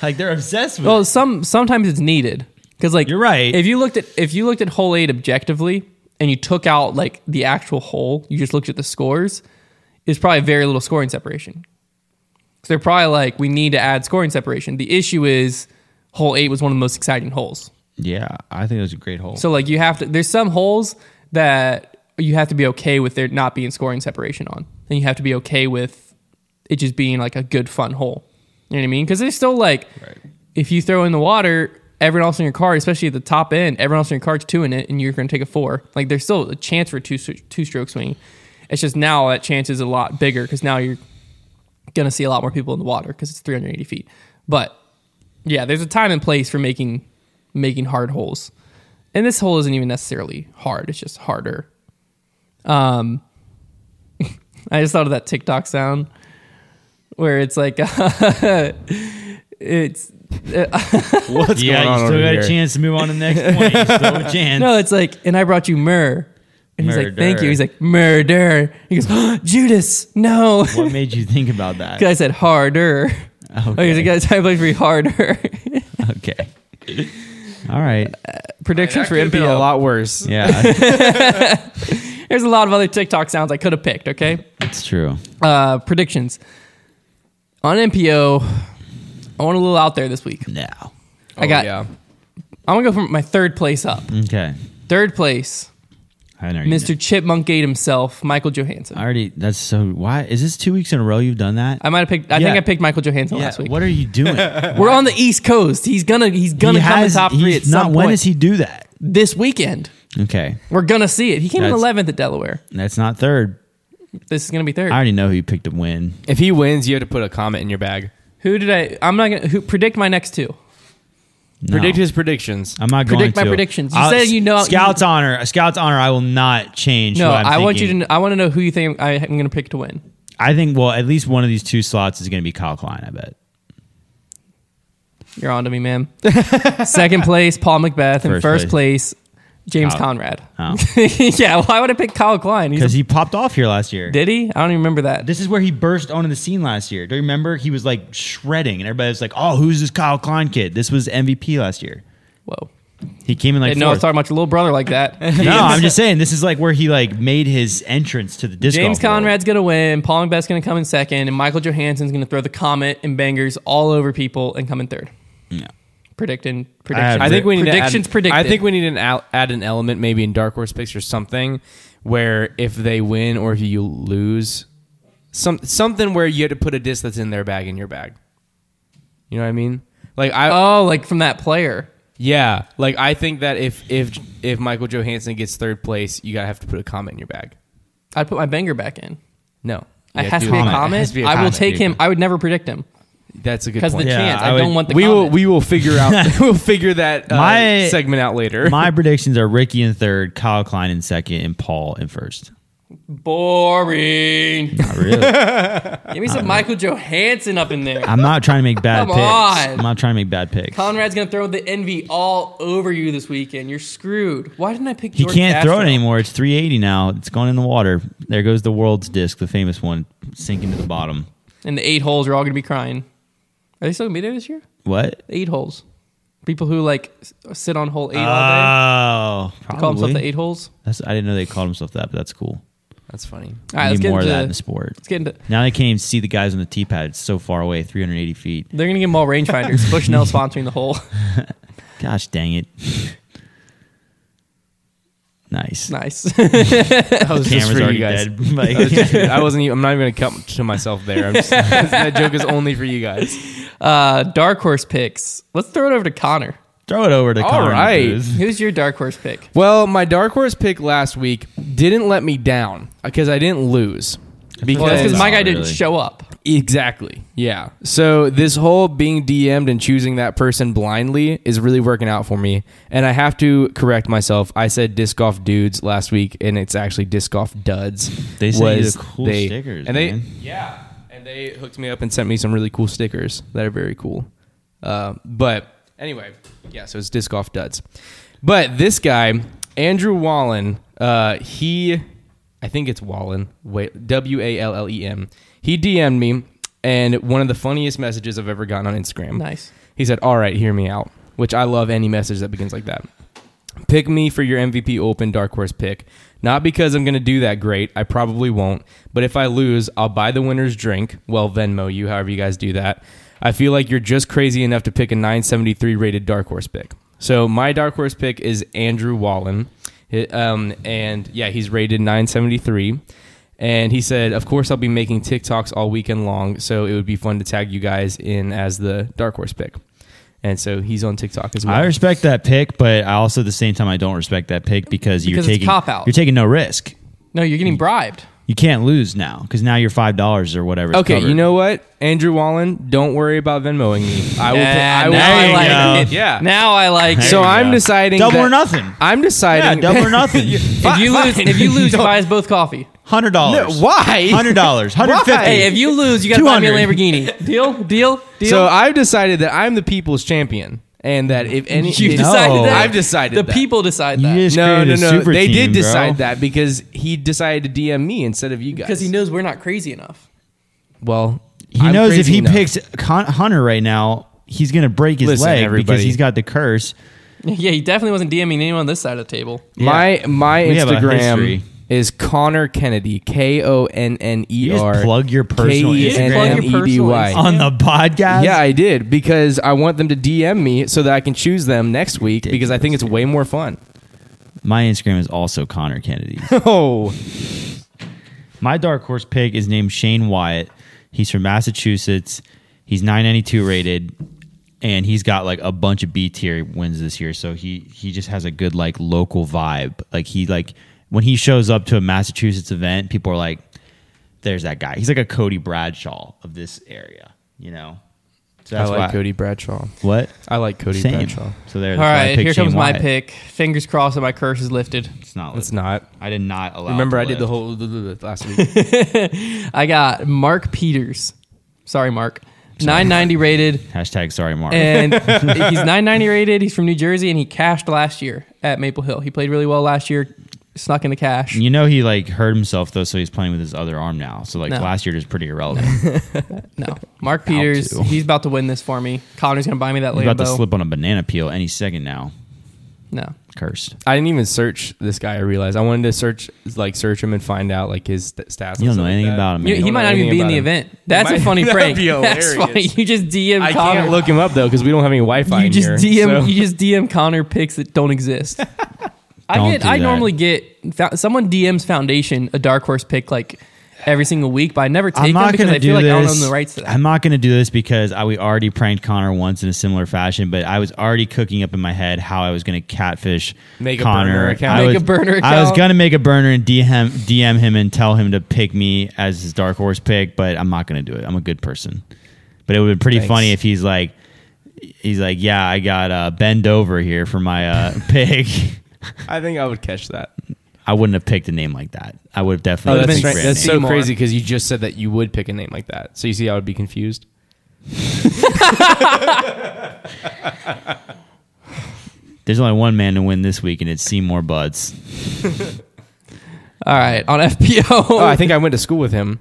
Speaker 2: like they're obsessed with. it.
Speaker 1: well, some sometimes it's needed because like
Speaker 2: You're right.
Speaker 1: If you looked at if you looked at hole eight objectively and you took out like the actual hole, you just looked at the scores. It's probably very little scoring separation. So they're probably like, we need to add scoring separation. The issue is hole eight was one of the most exciting holes.
Speaker 2: Yeah, I think it was a great hole.
Speaker 1: So like you have to there's some holes that you have to be okay with there not being scoring separation on. And you have to be okay with it just being like a good fun hole. You know what I mean? Because there's still like if you throw in the water, everyone else in your card, especially at the top end, everyone else in your card's two in it and you're gonna take a four. Like there's still a chance for a two two stroke swing. It's just now that chance is a lot bigger because now you're gonna see a lot more people in the water because it's 380 feet. But yeah, there's a time and place for making making hard holes, and this hole isn't even necessarily hard; it's just harder. Um, *laughs* I just thought of that TikTok sound where it's like *laughs* it's
Speaker 2: What's
Speaker 3: going on
Speaker 2: You still
Speaker 3: over
Speaker 2: got a
Speaker 3: here?
Speaker 2: chance to move on to
Speaker 1: *laughs*
Speaker 2: the next point. You still have a chance.
Speaker 1: no, it's like, and I brought you myrrh. And he's like, thank
Speaker 2: Murder.
Speaker 1: you. He's like, murder. He goes, "Oh, Judas, no. *laughs*
Speaker 2: What made you think about that?
Speaker 1: Because I said
Speaker 2: *laughs*
Speaker 1: harder. Oh, he's like, guys, I play for you harder. *laughs*
Speaker 2: Okay. All right.
Speaker 1: Predictions for
Speaker 3: That could've been
Speaker 1: MPO.
Speaker 3: a lot worse.
Speaker 2: Yeah,
Speaker 1: There's a lot of other TikTok sounds I could have picked, okay?
Speaker 2: it's true.
Speaker 1: Uh, predictions. On MPO, I want a little out there this week.
Speaker 2: Now.
Speaker 1: I got-
Speaker 3: Oh, Yeah.
Speaker 1: I'm going to go from my third place up.
Speaker 2: Okay.
Speaker 1: Third place,
Speaker 2: I know you
Speaker 1: Mr. Chipmunk Gate himself, Michael Johansson.
Speaker 2: I already. That's so. Why is this two weeks in a row you've done that?
Speaker 1: I might have picked. I
Speaker 2: Yeah.
Speaker 1: think I picked Michael Johansson
Speaker 2: yeah.
Speaker 1: last week.
Speaker 2: What
Speaker 1: *laughs*
Speaker 2: are you doing? Gonna
Speaker 1: We're on the East Coast. He's gonna. He's gonna come in top three at
Speaker 2: not.
Speaker 1: some
Speaker 2: When
Speaker 1: point
Speaker 2: does he do that?
Speaker 1: this weekend.
Speaker 2: Okay.
Speaker 1: We're gonna see it. He came in
Speaker 2: That's-
Speaker 1: eleventh at Delaware.
Speaker 2: That's not third.
Speaker 1: This is gonna be third.
Speaker 2: I already know who you picked to win.
Speaker 3: If he wins, you have to put a comment in your bag.
Speaker 1: who did I? I'm not gonna who, predict my next two.
Speaker 2: No.
Speaker 3: Predict his predictions.
Speaker 2: I'm not
Speaker 1: Predict my
Speaker 2: going to. Uh,
Speaker 1: predictions. You said you know-
Speaker 2: Scout's honor. Scout's honor. I will not change.
Speaker 1: No,
Speaker 2: what I'm
Speaker 1: I want you
Speaker 2: thinking.
Speaker 1: to. I want to know who you think I am gonna pick to win.
Speaker 2: I think well, at least one of these two slots is going to be Kyle Klein. I bet.
Speaker 1: You're on to me, man. *laughs* Second place, Paul Macbeth, and
Speaker 2: First
Speaker 1: first place, James
Speaker 2: Kyle.
Speaker 1: Conrad.
Speaker 2: Oh.
Speaker 1: *laughs* yeah, why would I pick Kyle Klein? He's a,
Speaker 2: Because he popped off here last
Speaker 1: *laughs*
Speaker 2: year.
Speaker 1: did he? I don't even remember that.
Speaker 2: This is where he burst onto the scene last year. Do you remember? He was like shredding, and everybody was like, "Oh, who's this Kyle Klein kid?" This was MVP last year.
Speaker 1: Whoa.
Speaker 2: He came in like
Speaker 1: Didn't know I was
Speaker 2: fourth.
Speaker 1: talking about your little brother like that.
Speaker 3: *laughs*
Speaker 2: No, I'm just saying this is like where he like made his entrance to the
Speaker 1: *laughs*
Speaker 2: disc.
Speaker 1: James
Speaker 2: golf world.
Speaker 1: Conrad's going to win. Paul McBeth's going to come in second. And Michael Johansson's going to throw the comet and bangers all over people and come in third.
Speaker 2: Yeah.
Speaker 1: Predicting. Predictions.
Speaker 2: I
Speaker 3: I think we need
Speaker 1: predictions
Speaker 3: to add,
Speaker 1: predicted.
Speaker 3: I think we need an al- add an element maybe in Dark Horse Picks or something where if they win or if you lose, some something where you have to put a disc that's in their bag in your bag. You know what I mean? Like I
Speaker 1: Oh, like from that player.
Speaker 3: yeah, like I think that if if if Michael Johansson gets third place, you gotta have to put a comment in your bag.
Speaker 1: I'd put my banger back in.
Speaker 3: No,
Speaker 1: It
Speaker 3: You
Speaker 1: has,
Speaker 3: have
Speaker 1: to be a
Speaker 2: comment.
Speaker 1: comment.
Speaker 3: It has to be a
Speaker 1: I will
Speaker 3: comment,
Speaker 1: take
Speaker 2: dude.
Speaker 1: him. I would never predict him
Speaker 3: That's a good
Speaker 1: because the
Speaker 3: point.
Speaker 2: Yeah,
Speaker 1: chance.
Speaker 2: I
Speaker 1: I, don't
Speaker 2: would-
Speaker 1: want the
Speaker 3: we will
Speaker 1: comment.
Speaker 3: we will
Speaker 1: *laughs*
Speaker 3: figure out we'll figure that uh,
Speaker 2: My-
Speaker 3: segment out later.
Speaker 2: My predictions are Ricky in third, Kyle Klein in second, and Paul in first.
Speaker 1: Boring. *laughs*
Speaker 2: Not really.
Speaker 1: Give me
Speaker 2: *laughs*
Speaker 1: some Michael Johansson up in there.
Speaker 2: I'm not trying to make
Speaker 1: Come
Speaker 2: bad picks.
Speaker 1: on.
Speaker 2: I'm not trying to make bad picks.
Speaker 1: Conrad's gonna throw the envy all over you this weekend. You're screwed. Why didn't I pick?
Speaker 2: He
Speaker 1: Jordan
Speaker 2: can't throw it
Speaker 1: Castro?
Speaker 2: anymore. It's 380 now. It's going in the water. There goes the world's disc, the famous one, sinking to the bottom.
Speaker 1: And the eight holes are all gonna be crying. Are they still gonna be there this year?
Speaker 2: What?
Speaker 1: The eight holes. People who like s- sit on hole eight all day.
Speaker 2: Oh,
Speaker 1: They Call themselves the
Speaker 2: probably.
Speaker 1: eight holes.
Speaker 2: That's, I didn't know they called themselves that, but that's cool.
Speaker 3: That's
Speaker 1: *laughs*
Speaker 3: funny.
Speaker 1: All right,
Speaker 2: We
Speaker 1: let's
Speaker 2: need
Speaker 1: get
Speaker 2: more of
Speaker 1: into.
Speaker 2: that in the
Speaker 1: Let's
Speaker 2: sport.
Speaker 1: get into.
Speaker 2: Now they can't even see the guys on the tee pad. It's so far away, 380 feet.
Speaker 1: They're gonna get more rangefinders. Bushnell sponsoring the hole. *laughs*
Speaker 2: Gosh dang it. *laughs* nice.
Speaker 1: nice.
Speaker 3: That was just
Speaker 2: Camera's
Speaker 3: for
Speaker 2: already
Speaker 3: you guys.
Speaker 2: dead. *laughs*
Speaker 1: *laughs*
Speaker 2: Like-
Speaker 3: *laughs* I wasn't. Even, I'm not even gonna come to myself there. I'm just, *laughs* that joke is only for you guys.
Speaker 1: Uh, dark horse picks. Let's throw it over to Connor.
Speaker 2: throw it over to
Speaker 3: All
Speaker 2: Connor.
Speaker 3: right.
Speaker 2: Booth.
Speaker 1: Who's your dark horse pick?
Speaker 3: Well, my dark horse pick last week didn't let me down because I didn't lose.
Speaker 1: Well, that's because
Speaker 2: Yes.
Speaker 1: my guy
Speaker 2: Not
Speaker 1: didn't
Speaker 2: really.
Speaker 1: show up.
Speaker 3: Exactly. Yeah. So this whole being DM'd and choosing that person blindly is really working out for me. And I have to correct myself. I said disc golf dudes last week, and it's actually disc golf duds.
Speaker 2: They sent you the cool
Speaker 3: they-
Speaker 2: stickers,
Speaker 3: and they
Speaker 2: man.
Speaker 3: yeah, and they hooked me up and sent me some really cool stickers that are very cool. Uh, but anyway, yeah. So it's disc golf duds. But this guy, Andrew Wallen, uh, he, I think it's Wallen, wait, W A L L E M. He DM'd me, and one of the funniest messages I've ever gotten on Instagram.
Speaker 1: Nice.
Speaker 3: He said, "All right, hear me out," which I love any message that begins like that. Pick me for your MVP Open Dark Horse pick. Not because I'm going to do that great. I probably won't. But if I lose, I'll buy the winner's drink. Well, Venmo you, however you guys do that. I feel like you're just crazy enough to pick a 973 rated Dark Horse pick. So my Dark Horse pick is Andrew Wallen. Hi- Um, and yeah, he's rated 973. And he said, Of course, I'll be making TikToks all weekend long. So it would be fun to tag you guys in as the Dark Horse pick. And so he's on TikTok as well.
Speaker 2: I respect that pick, but I also at the same time I don't respect that pick because you're
Speaker 1: Because it's
Speaker 2: taking
Speaker 1: cop-out.
Speaker 2: You're taking no risk.
Speaker 1: No, you're getting bribed.
Speaker 2: You can't lose now because now you're five dollars or whatever. is
Speaker 3: Okay,
Speaker 2: covered.
Speaker 3: you know what, Andrew Wallen, don't worry about Venmoing me. I will.
Speaker 1: Yeah,
Speaker 3: I will
Speaker 1: now
Speaker 2: There you
Speaker 1: I
Speaker 2: go.
Speaker 1: like it.
Speaker 3: Yeah.
Speaker 1: Now I like it.
Speaker 2: There
Speaker 3: so
Speaker 2: you
Speaker 3: I'm
Speaker 2: go.
Speaker 3: deciding
Speaker 2: double
Speaker 3: that-
Speaker 2: or nothing.
Speaker 3: I'm
Speaker 2: Yeah,
Speaker 3: deciding *laughs*
Speaker 2: double or nothing.
Speaker 1: if you lose, if you lose, you
Speaker 2: Don't-
Speaker 1: buy us both coffee.
Speaker 2: Hundred dollars.
Speaker 3: *laughs* Why?
Speaker 2: Hundred dollars. Hundred fifty.
Speaker 1: Hey, if you lose, you got to buy me a
Speaker 2: 200.
Speaker 3: *laughs*
Speaker 1: Lamborghini. Deal, deal, deal.
Speaker 3: So I've decided that I'm the people's champion, and that if any,
Speaker 1: you
Speaker 3: if-
Speaker 1: decided
Speaker 2: No.
Speaker 1: that.
Speaker 3: I've decided
Speaker 1: The
Speaker 3: that.
Speaker 1: people decide
Speaker 2: You
Speaker 1: that
Speaker 2: just
Speaker 3: No, no,
Speaker 2: created a
Speaker 3: no.
Speaker 2: super
Speaker 3: They
Speaker 2: team,
Speaker 3: did
Speaker 2: bro.
Speaker 3: decide that because he decided to DM me instead of you guys.
Speaker 1: because he knows we're not crazy
Speaker 3: *laughs*
Speaker 1: enough.
Speaker 3: Well,
Speaker 2: He
Speaker 3: I'm
Speaker 2: knows if
Speaker 3: crazy
Speaker 2: he
Speaker 3: enough.
Speaker 2: picks Con- Hunter right now, he's gonna break his
Speaker 3: Listen,
Speaker 2: leg because
Speaker 3: everybody.
Speaker 2: he's got the curse.
Speaker 1: Yeah, he definitely wasn't DMing anyone on this side of the table.
Speaker 3: my my
Speaker 2: We have a
Speaker 3: Instagram
Speaker 2: history.
Speaker 3: is Connor Kennedy. K O N N E
Speaker 2: You just
Speaker 3: R.
Speaker 2: plug your personal
Speaker 3: K E
Speaker 1: Instagram.
Speaker 3: N
Speaker 1: Plug
Speaker 3: N
Speaker 1: your
Speaker 3: E D
Speaker 1: personal
Speaker 3: Y.
Speaker 1: Instagram.
Speaker 2: on the podcast.
Speaker 3: Yeah, I did because I want them to DM me so that I can choose them next week because I think it's way more fun.
Speaker 2: my Instagram is also Connor Kennedy.
Speaker 3: *laughs* Oh,
Speaker 2: My dark horse pick is named Shane Wyatt. He's from Massachusetts. He's 992 rated, and he's got like a bunch of B tier wins this year. So he he just has a good like local vibe. Like he like when he shows up to a Massachusetts event, people are like, there's that guy. He's like a Cody Bradshaw of this area, you know. So
Speaker 3: I
Speaker 2: that's
Speaker 3: like
Speaker 2: why-
Speaker 3: Cody Bradshaw.
Speaker 2: What?
Speaker 3: I like Cody
Speaker 2: Same.
Speaker 3: Bradshaw.
Speaker 2: So there.
Speaker 1: All
Speaker 2: that's why I
Speaker 1: right,
Speaker 2: picked
Speaker 1: here comes
Speaker 2: Shane
Speaker 1: my
Speaker 2: Wyatt.
Speaker 1: pick. Fingers crossed that my curse is lifted.
Speaker 2: It's not.
Speaker 3: It's
Speaker 2: It's
Speaker 3: not.
Speaker 2: I did not allow.
Speaker 3: Remember,
Speaker 2: it
Speaker 3: I
Speaker 2: to
Speaker 3: did the
Speaker 2: lift.
Speaker 3: whole *laughs* last week.
Speaker 1: *laughs* I got Mark Peters. Sorry, Mark. 990 rated.
Speaker 2: hashtag. Sorry, Mark.
Speaker 3: *laughs*
Speaker 1: And he's 990 rated. He's from New Jersey and he cashed last year at Maple Hill. He played really well last year, snuck in the cash.
Speaker 2: you know he like hurt himself though, so he's playing with his other arm now. So like
Speaker 1: No.
Speaker 2: last year is pretty irrelevant.
Speaker 1: No. Mark Peters,
Speaker 2: to.
Speaker 1: he's about to win this for me. Connor's going to buy me that
Speaker 2: He's about to
Speaker 1: Lambo.
Speaker 2: slip on a banana peel any second now.
Speaker 1: No.
Speaker 2: Cursed.
Speaker 3: I didn't even search this guy. I realized I wanted to search, like, search him and find out like his st- stats.
Speaker 2: You
Speaker 3: and
Speaker 2: don't know
Speaker 3: stuff like
Speaker 2: anything
Speaker 3: that.
Speaker 2: about him.
Speaker 1: You-
Speaker 2: man.
Speaker 1: he
Speaker 3: don't
Speaker 1: might
Speaker 3: know
Speaker 1: not even
Speaker 3: anything
Speaker 1: be in
Speaker 3: about
Speaker 1: the
Speaker 3: him.
Speaker 1: event. That's a
Speaker 3: might-
Speaker 1: funny
Speaker 3: *laughs* that'd
Speaker 1: prank. *laughs*
Speaker 3: be
Speaker 1: That's funny.
Speaker 3: hilarious.
Speaker 1: You just DM
Speaker 3: I
Speaker 1: Connor.
Speaker 3: can't look him up though because we don't have any Wi-Fi.
Speaker 1: you
Speaker 3: in
Speaker 1: just
Speaker 3: here,
Speaker 1: DM
Speaker 3: so-
Speaker 1: you just DM Connor picks that don't
Speaker 3: *laughs*
Speaker 1: exist. I
Speaker 2: Don't
Speaker 1: get
Speaker 2: do
Speaker 1: I
Speaker 2: that.
Speaker 1: normally get fo- someone DMs Foundation a dark horse pick like every single week, but I never take
Speaker 2: I'm
Speaker 1: them
Speaker 2: not
Speaker 1: because
Speaker 2: going
Speaker 1: I
Speaker 2: to do
Speaker 1: feel like
Speaker 2: this.
Speaker 1: I don't own the rights to that.
Speaker 2: I'm not going to do this because I, we already pranked Connor once in a similar fashion, but I was already cooking up in my head how I was going to catfish
Speaker 3: Make a
Speaker 2: Connor.
Speaker 3: burner account.
Speaker 2: I
Speaker 1: Make
Speaker 2: was,
Speaker 1: a burner
Speaker 2: I was
Speaker 1: account.
Speaker 2: going to make a burner and DM, DM him and tell him to pick me as his dark horse pick, but I'm not going to do it. I'm a good person. But it would have been pretty
Speaker 3: Thanks.
Speaker 2: funny if he's like, he's like, yeah, I got uh, bend over here for my uh, *laughs* pick.
Speaker 3: *laughs* I think I would catch that.
Speaker 2: I wouldn't have picked a name like that. I would have
Speaker 3: Oh,
Speaker 2: definitely.
Speaker 3: that's,
Speaker 2: picked
Speaker 1: been
Speaker 3: right.
Speaker 2: Brandon.
Speaker 3: that's so
Speaker 1: Seymour.
Speaker 3: crazy because you just said that you would pick a name like that. So you see, I would be confused.
Speaker 2: There's only one man to win this week, and it's Seymour Buds.
Speaker 1: All right, on FPO.
Speaker 3: Oh, I think I went to school with him.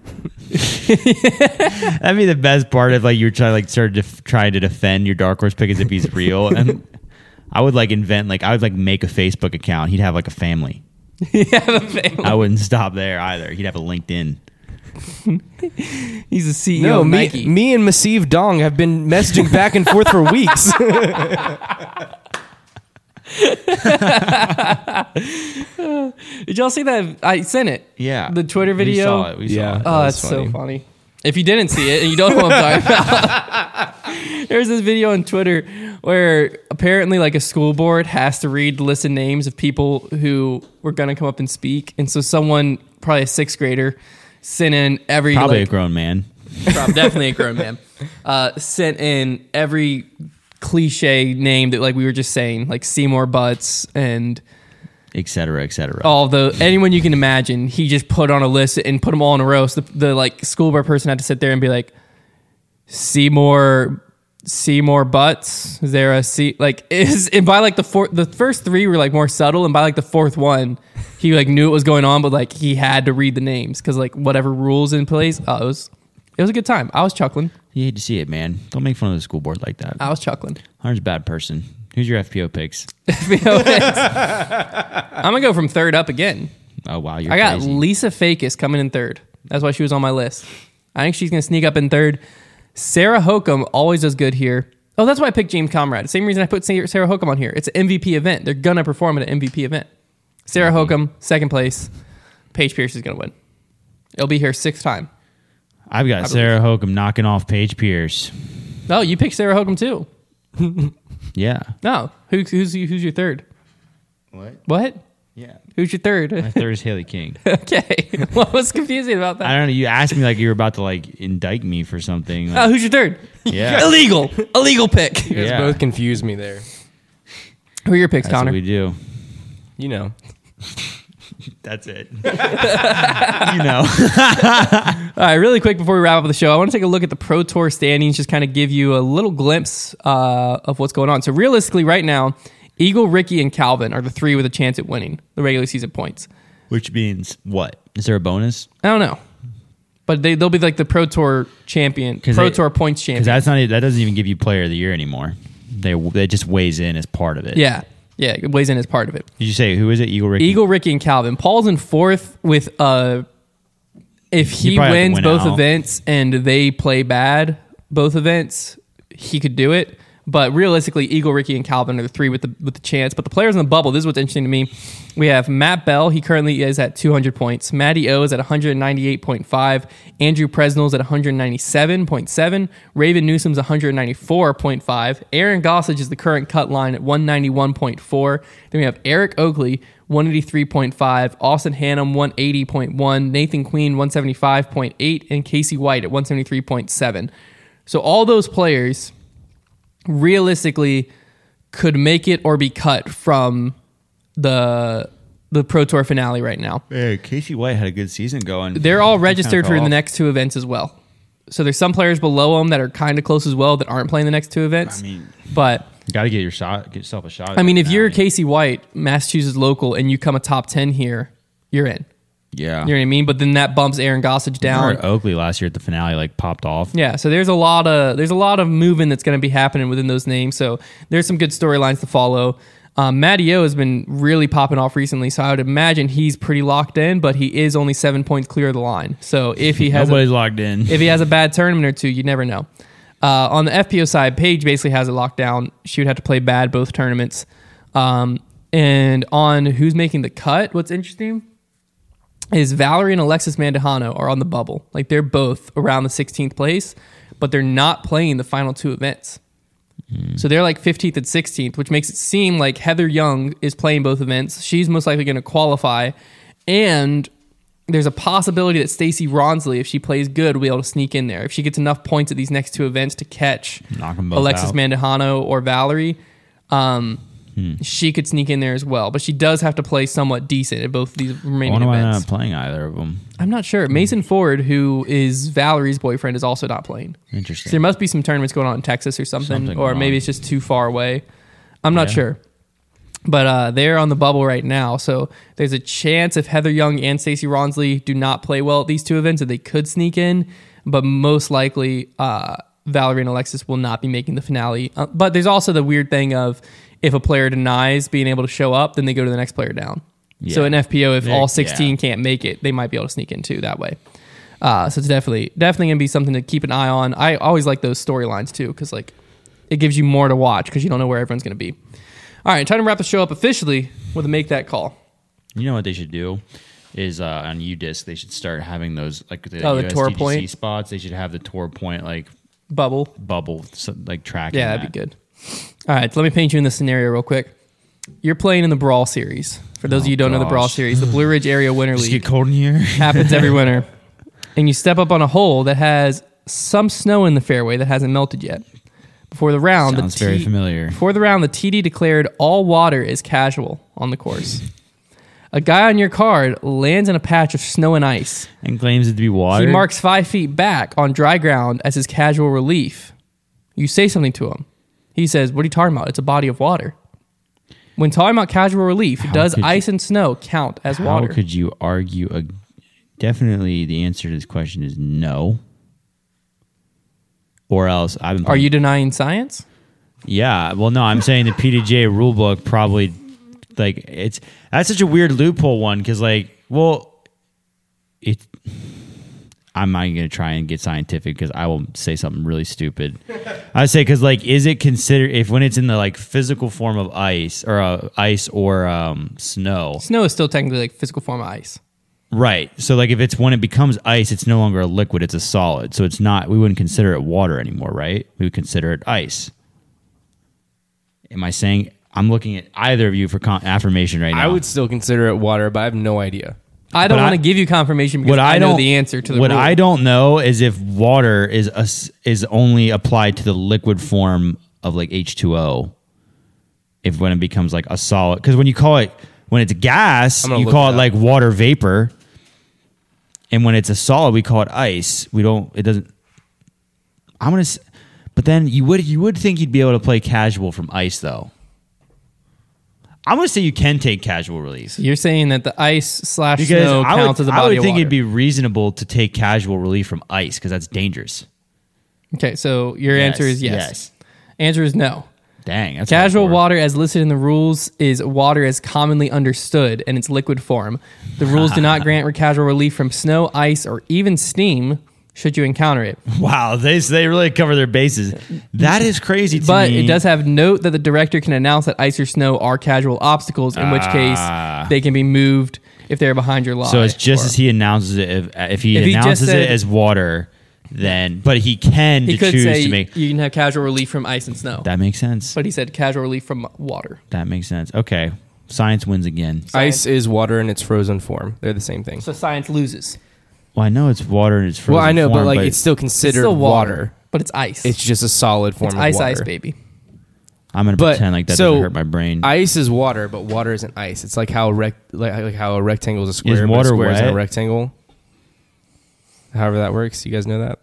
Speaker 2: That'd be the best part of like you're trying like start to trying to defend your dark horse pick as if he's real. and *laughs* I would like invent like I would like make a Facebook account. He'd have like a family.
Speaker 1: *laughs*
Speaker 2: *laughs* I wouldn't stop there either. He'd have a LinkedIn.
Speaker 1: he's a CEO
Speaker 3: No,
Speaker 1: of
Speaker 3: me,
Speaker 1: Nike.
Speaker 3: me and Massive Dong have been messaging back and forth for *laughs* weeks.
Speaker 1: Did y'all see that? I sent it.
Speaker 2: Yeah,
Speaker 1: The Twitter video?
Speaker 2: We saw it. We saw
Speaker 3: Yeah.
Speaker 2: it.
Speaker 1: Oh,
Speaker 3: was
Speaker 1: that's so
Speaker 3: funny.
Speaker 1: funny. If you didn't see it and you don't know what I'm talking about, *laughs* there's this video on Twitter where apparently like a school board has to read the list of names of people who were gonna come up and speak, and so someone, probably a sixth grader, sent in every
Speaker 2: Probably
Speaker 1: like,
Speaker 2: a grown man.
Speaker 1: Prob- definitely a grown
Speaker 2: *laughs*
Speaker 1: man. Uh, sent in every cliche name that like we were just saying, like Seymour Butts and
Speaker 2: Et cetera, et cetera.
Speaker 1: all the anyone you can imagine. He just put on a list and put them all in a row. So the, the like school board person had to sit there and be like, Seymour. Seymour Butts. Is there a C? Like *laughs* is and by like the four, the first three were like more subtle, and by like the fourth one, he like knew what was going on, but like he had to read the names because like whatever rules in place. Oh, it was it was a good time. I was chuckling.
Speaker 2: You hate to see it, man. Don't make fun of the school board like that.
Speaker 1: I was chuckling. *laughs*
Speaker 2: Hunter's a bad person. Who's your FPO picks?
Speaker 1: *laughs* I'm gonna go from third up again.
Speaker 2: Oh wow, you're
Speaker 1: I got
Speaker 2: crazy.
Speaker 1: Lisa Fakis coming in third. That's why she was on my list. I think she's gonna sneak up in third. Sarah Hokum always does good here. Oh, that's why I picked James Comrade. Same reason I put Sa- Sarah Hokum on here. It's an MVP event. They're gonna perform at an MVP event.
Speaker 2: Mm-hmm.
Speaker 1: Sarah Hokum, second place. Paige Pierce is gonna win. It'll be here sixth time.
Speaker 2: I've got Sarah Hokum knocking off Paige Pierce.
Speaker 1: Oh, you picked Sarah Hokum too. *laughs*
Speaker 2: Yeah.
Speaker 1: No, who's who's who's your third?
Speaker 2: What?
Speaker 1: What?
Speaker 2: Yeah.
Speaker 1: Who's your
Speaker 2: *laughs*
Speaker 1: third?
Speaker 2: My third is Haley King.
Speaker 1: okay, *laughs* what was confusing about that?
Speaker 2: I don't know. You asked me like you were about to like indict me for something.
Speaker 1: Oh,
Speaker 2: Like,
Speaker 1: who's your third?
Speaker 2: Yeah.
Speaker 1: Illegal. Illegal pick.
Speaker 3: You guys
Speaker 2: Yeah.
Speaker 3: both confused me there.
Speaker 1: Who are your picks,
Speaker 2: that's
Speaker 1: Connor?
Speaker 2: what we do.
Speaker 3: You know,
Speaker 2: That's *laughs* it. you *laughs* know.
Speaker 1: All right, really quick before we wrap up the show, I want to take a look at the Pro Tour standings, just kind of give you a little glimpse uh, of what's going on. So, realistically, right now, Eagle, Ricky, and Calvin are the three with a chance at winning the regular season points.
Speaker 2: Which means what? Is there a bonus?
Speaker 1: I don't know, but they, they'll be like the Pro Tour champion,
Speaker 2: 'Cause
Speaker 1: Pro
Speaker 2: they-
Speaker 1: Tour points champion.
Speaker 2: Because that's not. e, That doesn't even give you Player of the Year anymore. They that just weighs in as part of it.
Speaker 1: yeah, yeah, it weighs in as part of it.
Speaker 2: Did you say who is it? Eagle Ricky.
Speaker 1: Eagle, Ricky, and Calvin. Paul's in fourth with uh if he
Speaker 2: probably have to
Speaker 1: wins
Speaker 2: win
Speaker 1: both
Speaker 2: out.
Speaker 1: events and they play bad both events, he could do it. But realistically, Eagle, Ricky, and Calvin are the three with the with the chance. But the players in the bubble, this is what's interesting to me. We have Matt Bell, he currently is at 200 points. Matty O is at 198.5. Andrew Presnell's at 197.7. Raven Newsom's 194.5. Aaron Gossage is the current cut line at 191.4. Then we have Eric Oakley, 183.5, Austin Hannum 180.1, Nathan Queen 175.8, and Casey White at 173.7. So all those players realistically could make it or be cut from the the Pro Tour finale right now.
Speaker 2: Hey, Casey White had a good season going.
Speaker 1: They're all registered for
Speaker 2: Kinda
Speaker 1: the
Speaker 2: off.
Speaker 1: next two events as well. So there's some players below them that are kind of close as well that aren't playing the next two events.
Speaker 2: I mean-
Speaker 1: but
Speaker 2: Got to get your shot. Get yourself a shot.
Speaker 1: I mean, if you're Casey White, Massachusetts local, and you come a top ten here, you're in.
Speaker 2: yeah,
Speaker 1: You know what I mean? But then that bumps Aaron Gossage down.
Speaker 2: Remember at Oakley last year at the finale, like popped off.
Speaker 1: Yeah, so there's a lot of there's a lot of moving that's going to be happening within those names. So there's some good storylines to follow. Um, Matty O has been really popping off recently, so I would imagine he's pretty locked in. But he is only seven points clear of the line. So if he has a-
Speaker 2: Nobody's logged in.
Speaker 1: if he has a bad tournament or two, you never know. Uh, on the FPO side, Paige basically has it locked down. She would have to play bad both tournaments. Um, and on who's making the cut, what's interesting is Valerie and Alexis Mandahano are on the bubble. Like they're both around the 16th place, but they're not playing the final two events. So they're like 15th and 16th, which makes it seem like Heather Young is playing both events. She's most likely going to qualify. And there's a possibility that Stacey Ronsley, if she plays good, will be able to sneak in there. If she gets enough points at these next two events to catch
Speaker 2: Knock 'em both
Speaker 1: Alexis
Speaker 2: out.
Speaker 1: Mandahano or Valerie, um,
Speaker 2: Hmm.
Speaker 1: she could sneak in there as well. But she does have to play somewhat decent at both these
Speaker 2: I
Speaker 1: remaining
Speaker 2: wonder why they're
Speaker 1: events.
Speaker 2: not Hmm. playing either of them.
Speaker 1: I'm not sure. Mason Ford, who is Valerie's boyfriend, is also not playing. So
Speaker 2: Interesting.
Speaker 1: there must be some tournaments going on in Texas or something,
Speaker 2: Something
Speaker 1: or
Speaker 2: going
Speaker 1: maybe
Speaker 2: on.
Speaker 1: it's just too far away. I'm not
Speaker 2: Yeah.
Speaker 1: sure. But uh, they're on the bubble right now, so there's a chance if Heather Young and Stacey Ronsley do not play well at these two events that they could sneak in, but most likely uh, Valerie and Alexis will not be making the finale. Uh, but there's also the weird thing of if a player denies being able to show up, then they go to the next player down. So
Speaker 2: Yeah.
Speaker 1: in FPO, if
Speaker 2: They-
Speaker 1: all 16
Speaker 2: yeah.
Speaker 1: can't make it, they might be able to sneak in too that way. Uh, so it's definitely definitely gonna be something to keep an eye on. I always like those storylines too because like it gives you more to watch because you don't know where everyone's gonna be. All right, time to wrap the show up officially with a make that call.
Speaker 2: You know what they should do is uh, on UDisc they should start having those like the,
Speaker 1: Oh, the tour
Speaker 2: USDGC
Speaker 1: point?
Speaker 2: spots. They should have the tour point like
Speaker 1: Bubble.
Speaker 2: bubble so, like tracking.
Speaker 1: Yeah, that'd be good. All right, so let me paint you in the scenario real quick. You're playing in the Brawl series. For those of you who don't know the Brawl
Speaker 2: Oh, gosh.
Speaker 1: series, the Blue Ridge Area Winter
Speaker 2: *laughs* Just
Speaker 1: League
Speaker 2: get cold
Speaker 1: *laughs*
Speaker 2: in here.
Speaker 1: happens
Speaker 2: *laughs*
Speaker 1: every winter. And you step up on a hole that has some snow in the fairway that hasn't melted yet. Before the round,
Speaker 2: Sounds
Speaker 1: the
Speaker 2: very
Speaker 1: tee-
Speaker 2: familiar.
Speaker 1: Before the round, the TD declared all water is casual on the course. a guy on your card lands in a patch of snow and ice.
Speaker 2: and claims it to be water.
Speaker 1: He marks five feet back on dry ground as his casual relief. You say something to him. He says, What are you talking about? It's a body of water. When talking about casual relief, does
Speaker 2: could you-
Speaker 1: ice and snow count as
Speaker 2: How
Speaker 1: water?
Speaker 2: could you argue? A, definitely, the answer to this question is no. Or else I've been.
Speaker 1: Are
Speaker 2: playing-
Speaker 1: you denying science?
Speaker 2: Yeah. Well, no, I'm saying the PDJ rulebook probably like it's that's such a weird loophole one because like well it. I'm not even gonna try and get scientific because I will say something really stupid. I say because like, is it considered if when it's in the like physical form of ice or uh, ice or um, snow?
Speaker 1: Snow is still technically like physical form of ice.
Speaker 2: Right. So like if it's when it becomes ice, it's no longer a liquid, it's a solid. So it's not we wouldn't consider it water anymore, right? We would consider it ice. Am I saying I'm looking at either of you for con- affirmation right now?
Speaker 3: I would still consider it water, but I have no idea.
Speaker 1: I don't
Speaker 2: But I-
Speaker 1: want to give you confirmation because
Speaker 2: what I,
Speaker 1: I, know
Speaker 2: don't
Speaker 1: the answer to the
Speaker 2: what
Speaker 1: rule.
Speaker 2: I don't know is if water is a s is only applied to the liquid form of like H2O. If when it becomes like a solid, because when you call it when it's gas,
Speaker 3: I'm gonna
Speaker 2: you
Speaker 3: look
Speaker 2: call
Speaker 3: it
Speaker 2: it
Speaker 3: up.
Speaker 2: like water vapor, and when it's a solid, we call it ice. We don't. It doesn't. I'm gonna. s- But then you would you would think you'd be able to play casual from ice though. I'm gonna say you can take casual release
Speaker 1: You're saying that the ice slash
Speaker 2: because
Speaker 1: snow
Speaker 2: I
Speaker 1: counts
Speaker 2: would,
Speaker 1: as a
Speaker 2: I
Speaker 1: body
Speaker 2: would
Speaker 1: of
Speaker 2: think
Speaker 1: water.
Speaker 2: it'd be reasonable to take casual relief from ice because that's dangerous.
Speaker 1: okay, so your answer is yes.
Speaker 2: yes.
Speaker 1: Answer is no.
Speaker 2: Dang, that's
Speaker 1: Casual
Speaker 2: hardcore.
Speaker 1: water, as listed in the rules, is water as commonly understood in its liquid form. The rules do
Speaker 2: *laughs*
Speaker 1: not grant casual relief from snow, ice, or even steam should you encounter it.
Speaker 2: *laughs* Wow, they they really cover their bases. That is crazy. To
Speaker 1: But
Speaker 2: me.
Speaker 1: it does have note that the director can announce that ice or snow are casual obstacles, in which
Speaker 2: Ah.
Speaker 1: case they can be moved if they're behind your line.
Speaker 2: So it's just
Speaker 1: or-
Speaker 2: as he announces it. If, uh, if he
Speaker 1: If he just
Speaker 2: announces
Speaker 1: said-
Speaker 2: it as water, then but he can
Speaker 1: He
Speaker 2: to
Speaker 1: could
Speaker 2: choose
Speaker 1: say
Speaker 2: to make.
Speaker 1: you can have casual relief from ice and snow,
Speaker 2: That makes sense.
Speaker 1: but he said casual relief from water.
Speaker 2: That makes sense. Okay, Science wins again.
Speaker 3: Ice is water in its frozen form. They're the same thing.
Speaker 1: So science loses.
Speaker 2: Well, I know it's water and it's frozen.
Speaker 3: well, I know, but
Speaker 2: form,
Speaker 3: like it's still
Speaker 1: It's
Speaker 3: considered
Speaker 1: still
Speaker 3: water.
Speaker 1: but it's ice.
Speaker 3: It's just a solid form
Speaker 1: It's
Speaker 3: of
Speaker 1: ice,
Speaker 3: water.
Speaker 1: ice, baby.
Speaker 2: I'm gonna
Speaker 3: but-
Speaker 2: pretend like that
Speaker 3: so,
Speaker 2: doesn't hurt my brain.
Speaker 3: Ice is water, but water isn't ice. It's like how rec- like, like how a rectangle is a square,
Speaker 2: Is
Speaker 3: but a
Speaker 2: water
Speaker 3: square isn't a
Speaker 2: wet?
Speaker 3: rectangle. However that works, you guys know that.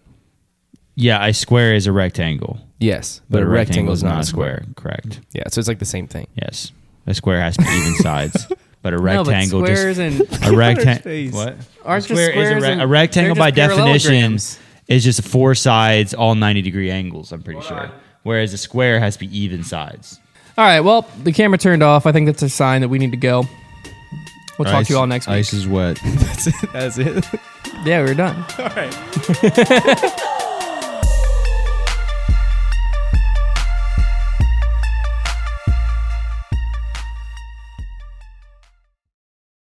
Speaker 2: yeah, a square is a rectangle,
Speaker 3: Yes, but, a rectangle is not a square.
Speaker 2: Correct.
Speaker 3: Yeah, so it's like the same thing.
Speaker 2: Yes, a square has to be even
Speaker 1: *laughs*
Speaker 2: sides, but a
Speaker 1: No, but
Speaker 2: rectangle
Speaker 1: squares *laughs* and
Speaker 2: just *laughs* a
Speaker 3: face.
Speaker 2: rectangle. What?
Speaker 1: aren't just
Speaker 2: Square is a,
Speaker 1: squares
Speaker 2: re-
Speaker 1: and-
Speaker 2: a rectangle
Speaker 1: they're
Speaker 2: by
Speaker 1: just
Speaker 2: definition
Speaker 1: parallelograms.
Speaker 2: is just four sides, all 90 degree angles. I'm pretty sure. Whereas a square has to be even sides.
Speaker 1: All right. Well, the camera turned off. I think that's a sign that we need to go. We'll talk to you all next week.
Speaker 4: Ice is wet.
Speaker 3: *laughs* That's it.
Speaker 1: Yeah, we're done.
Speaker 3: All right.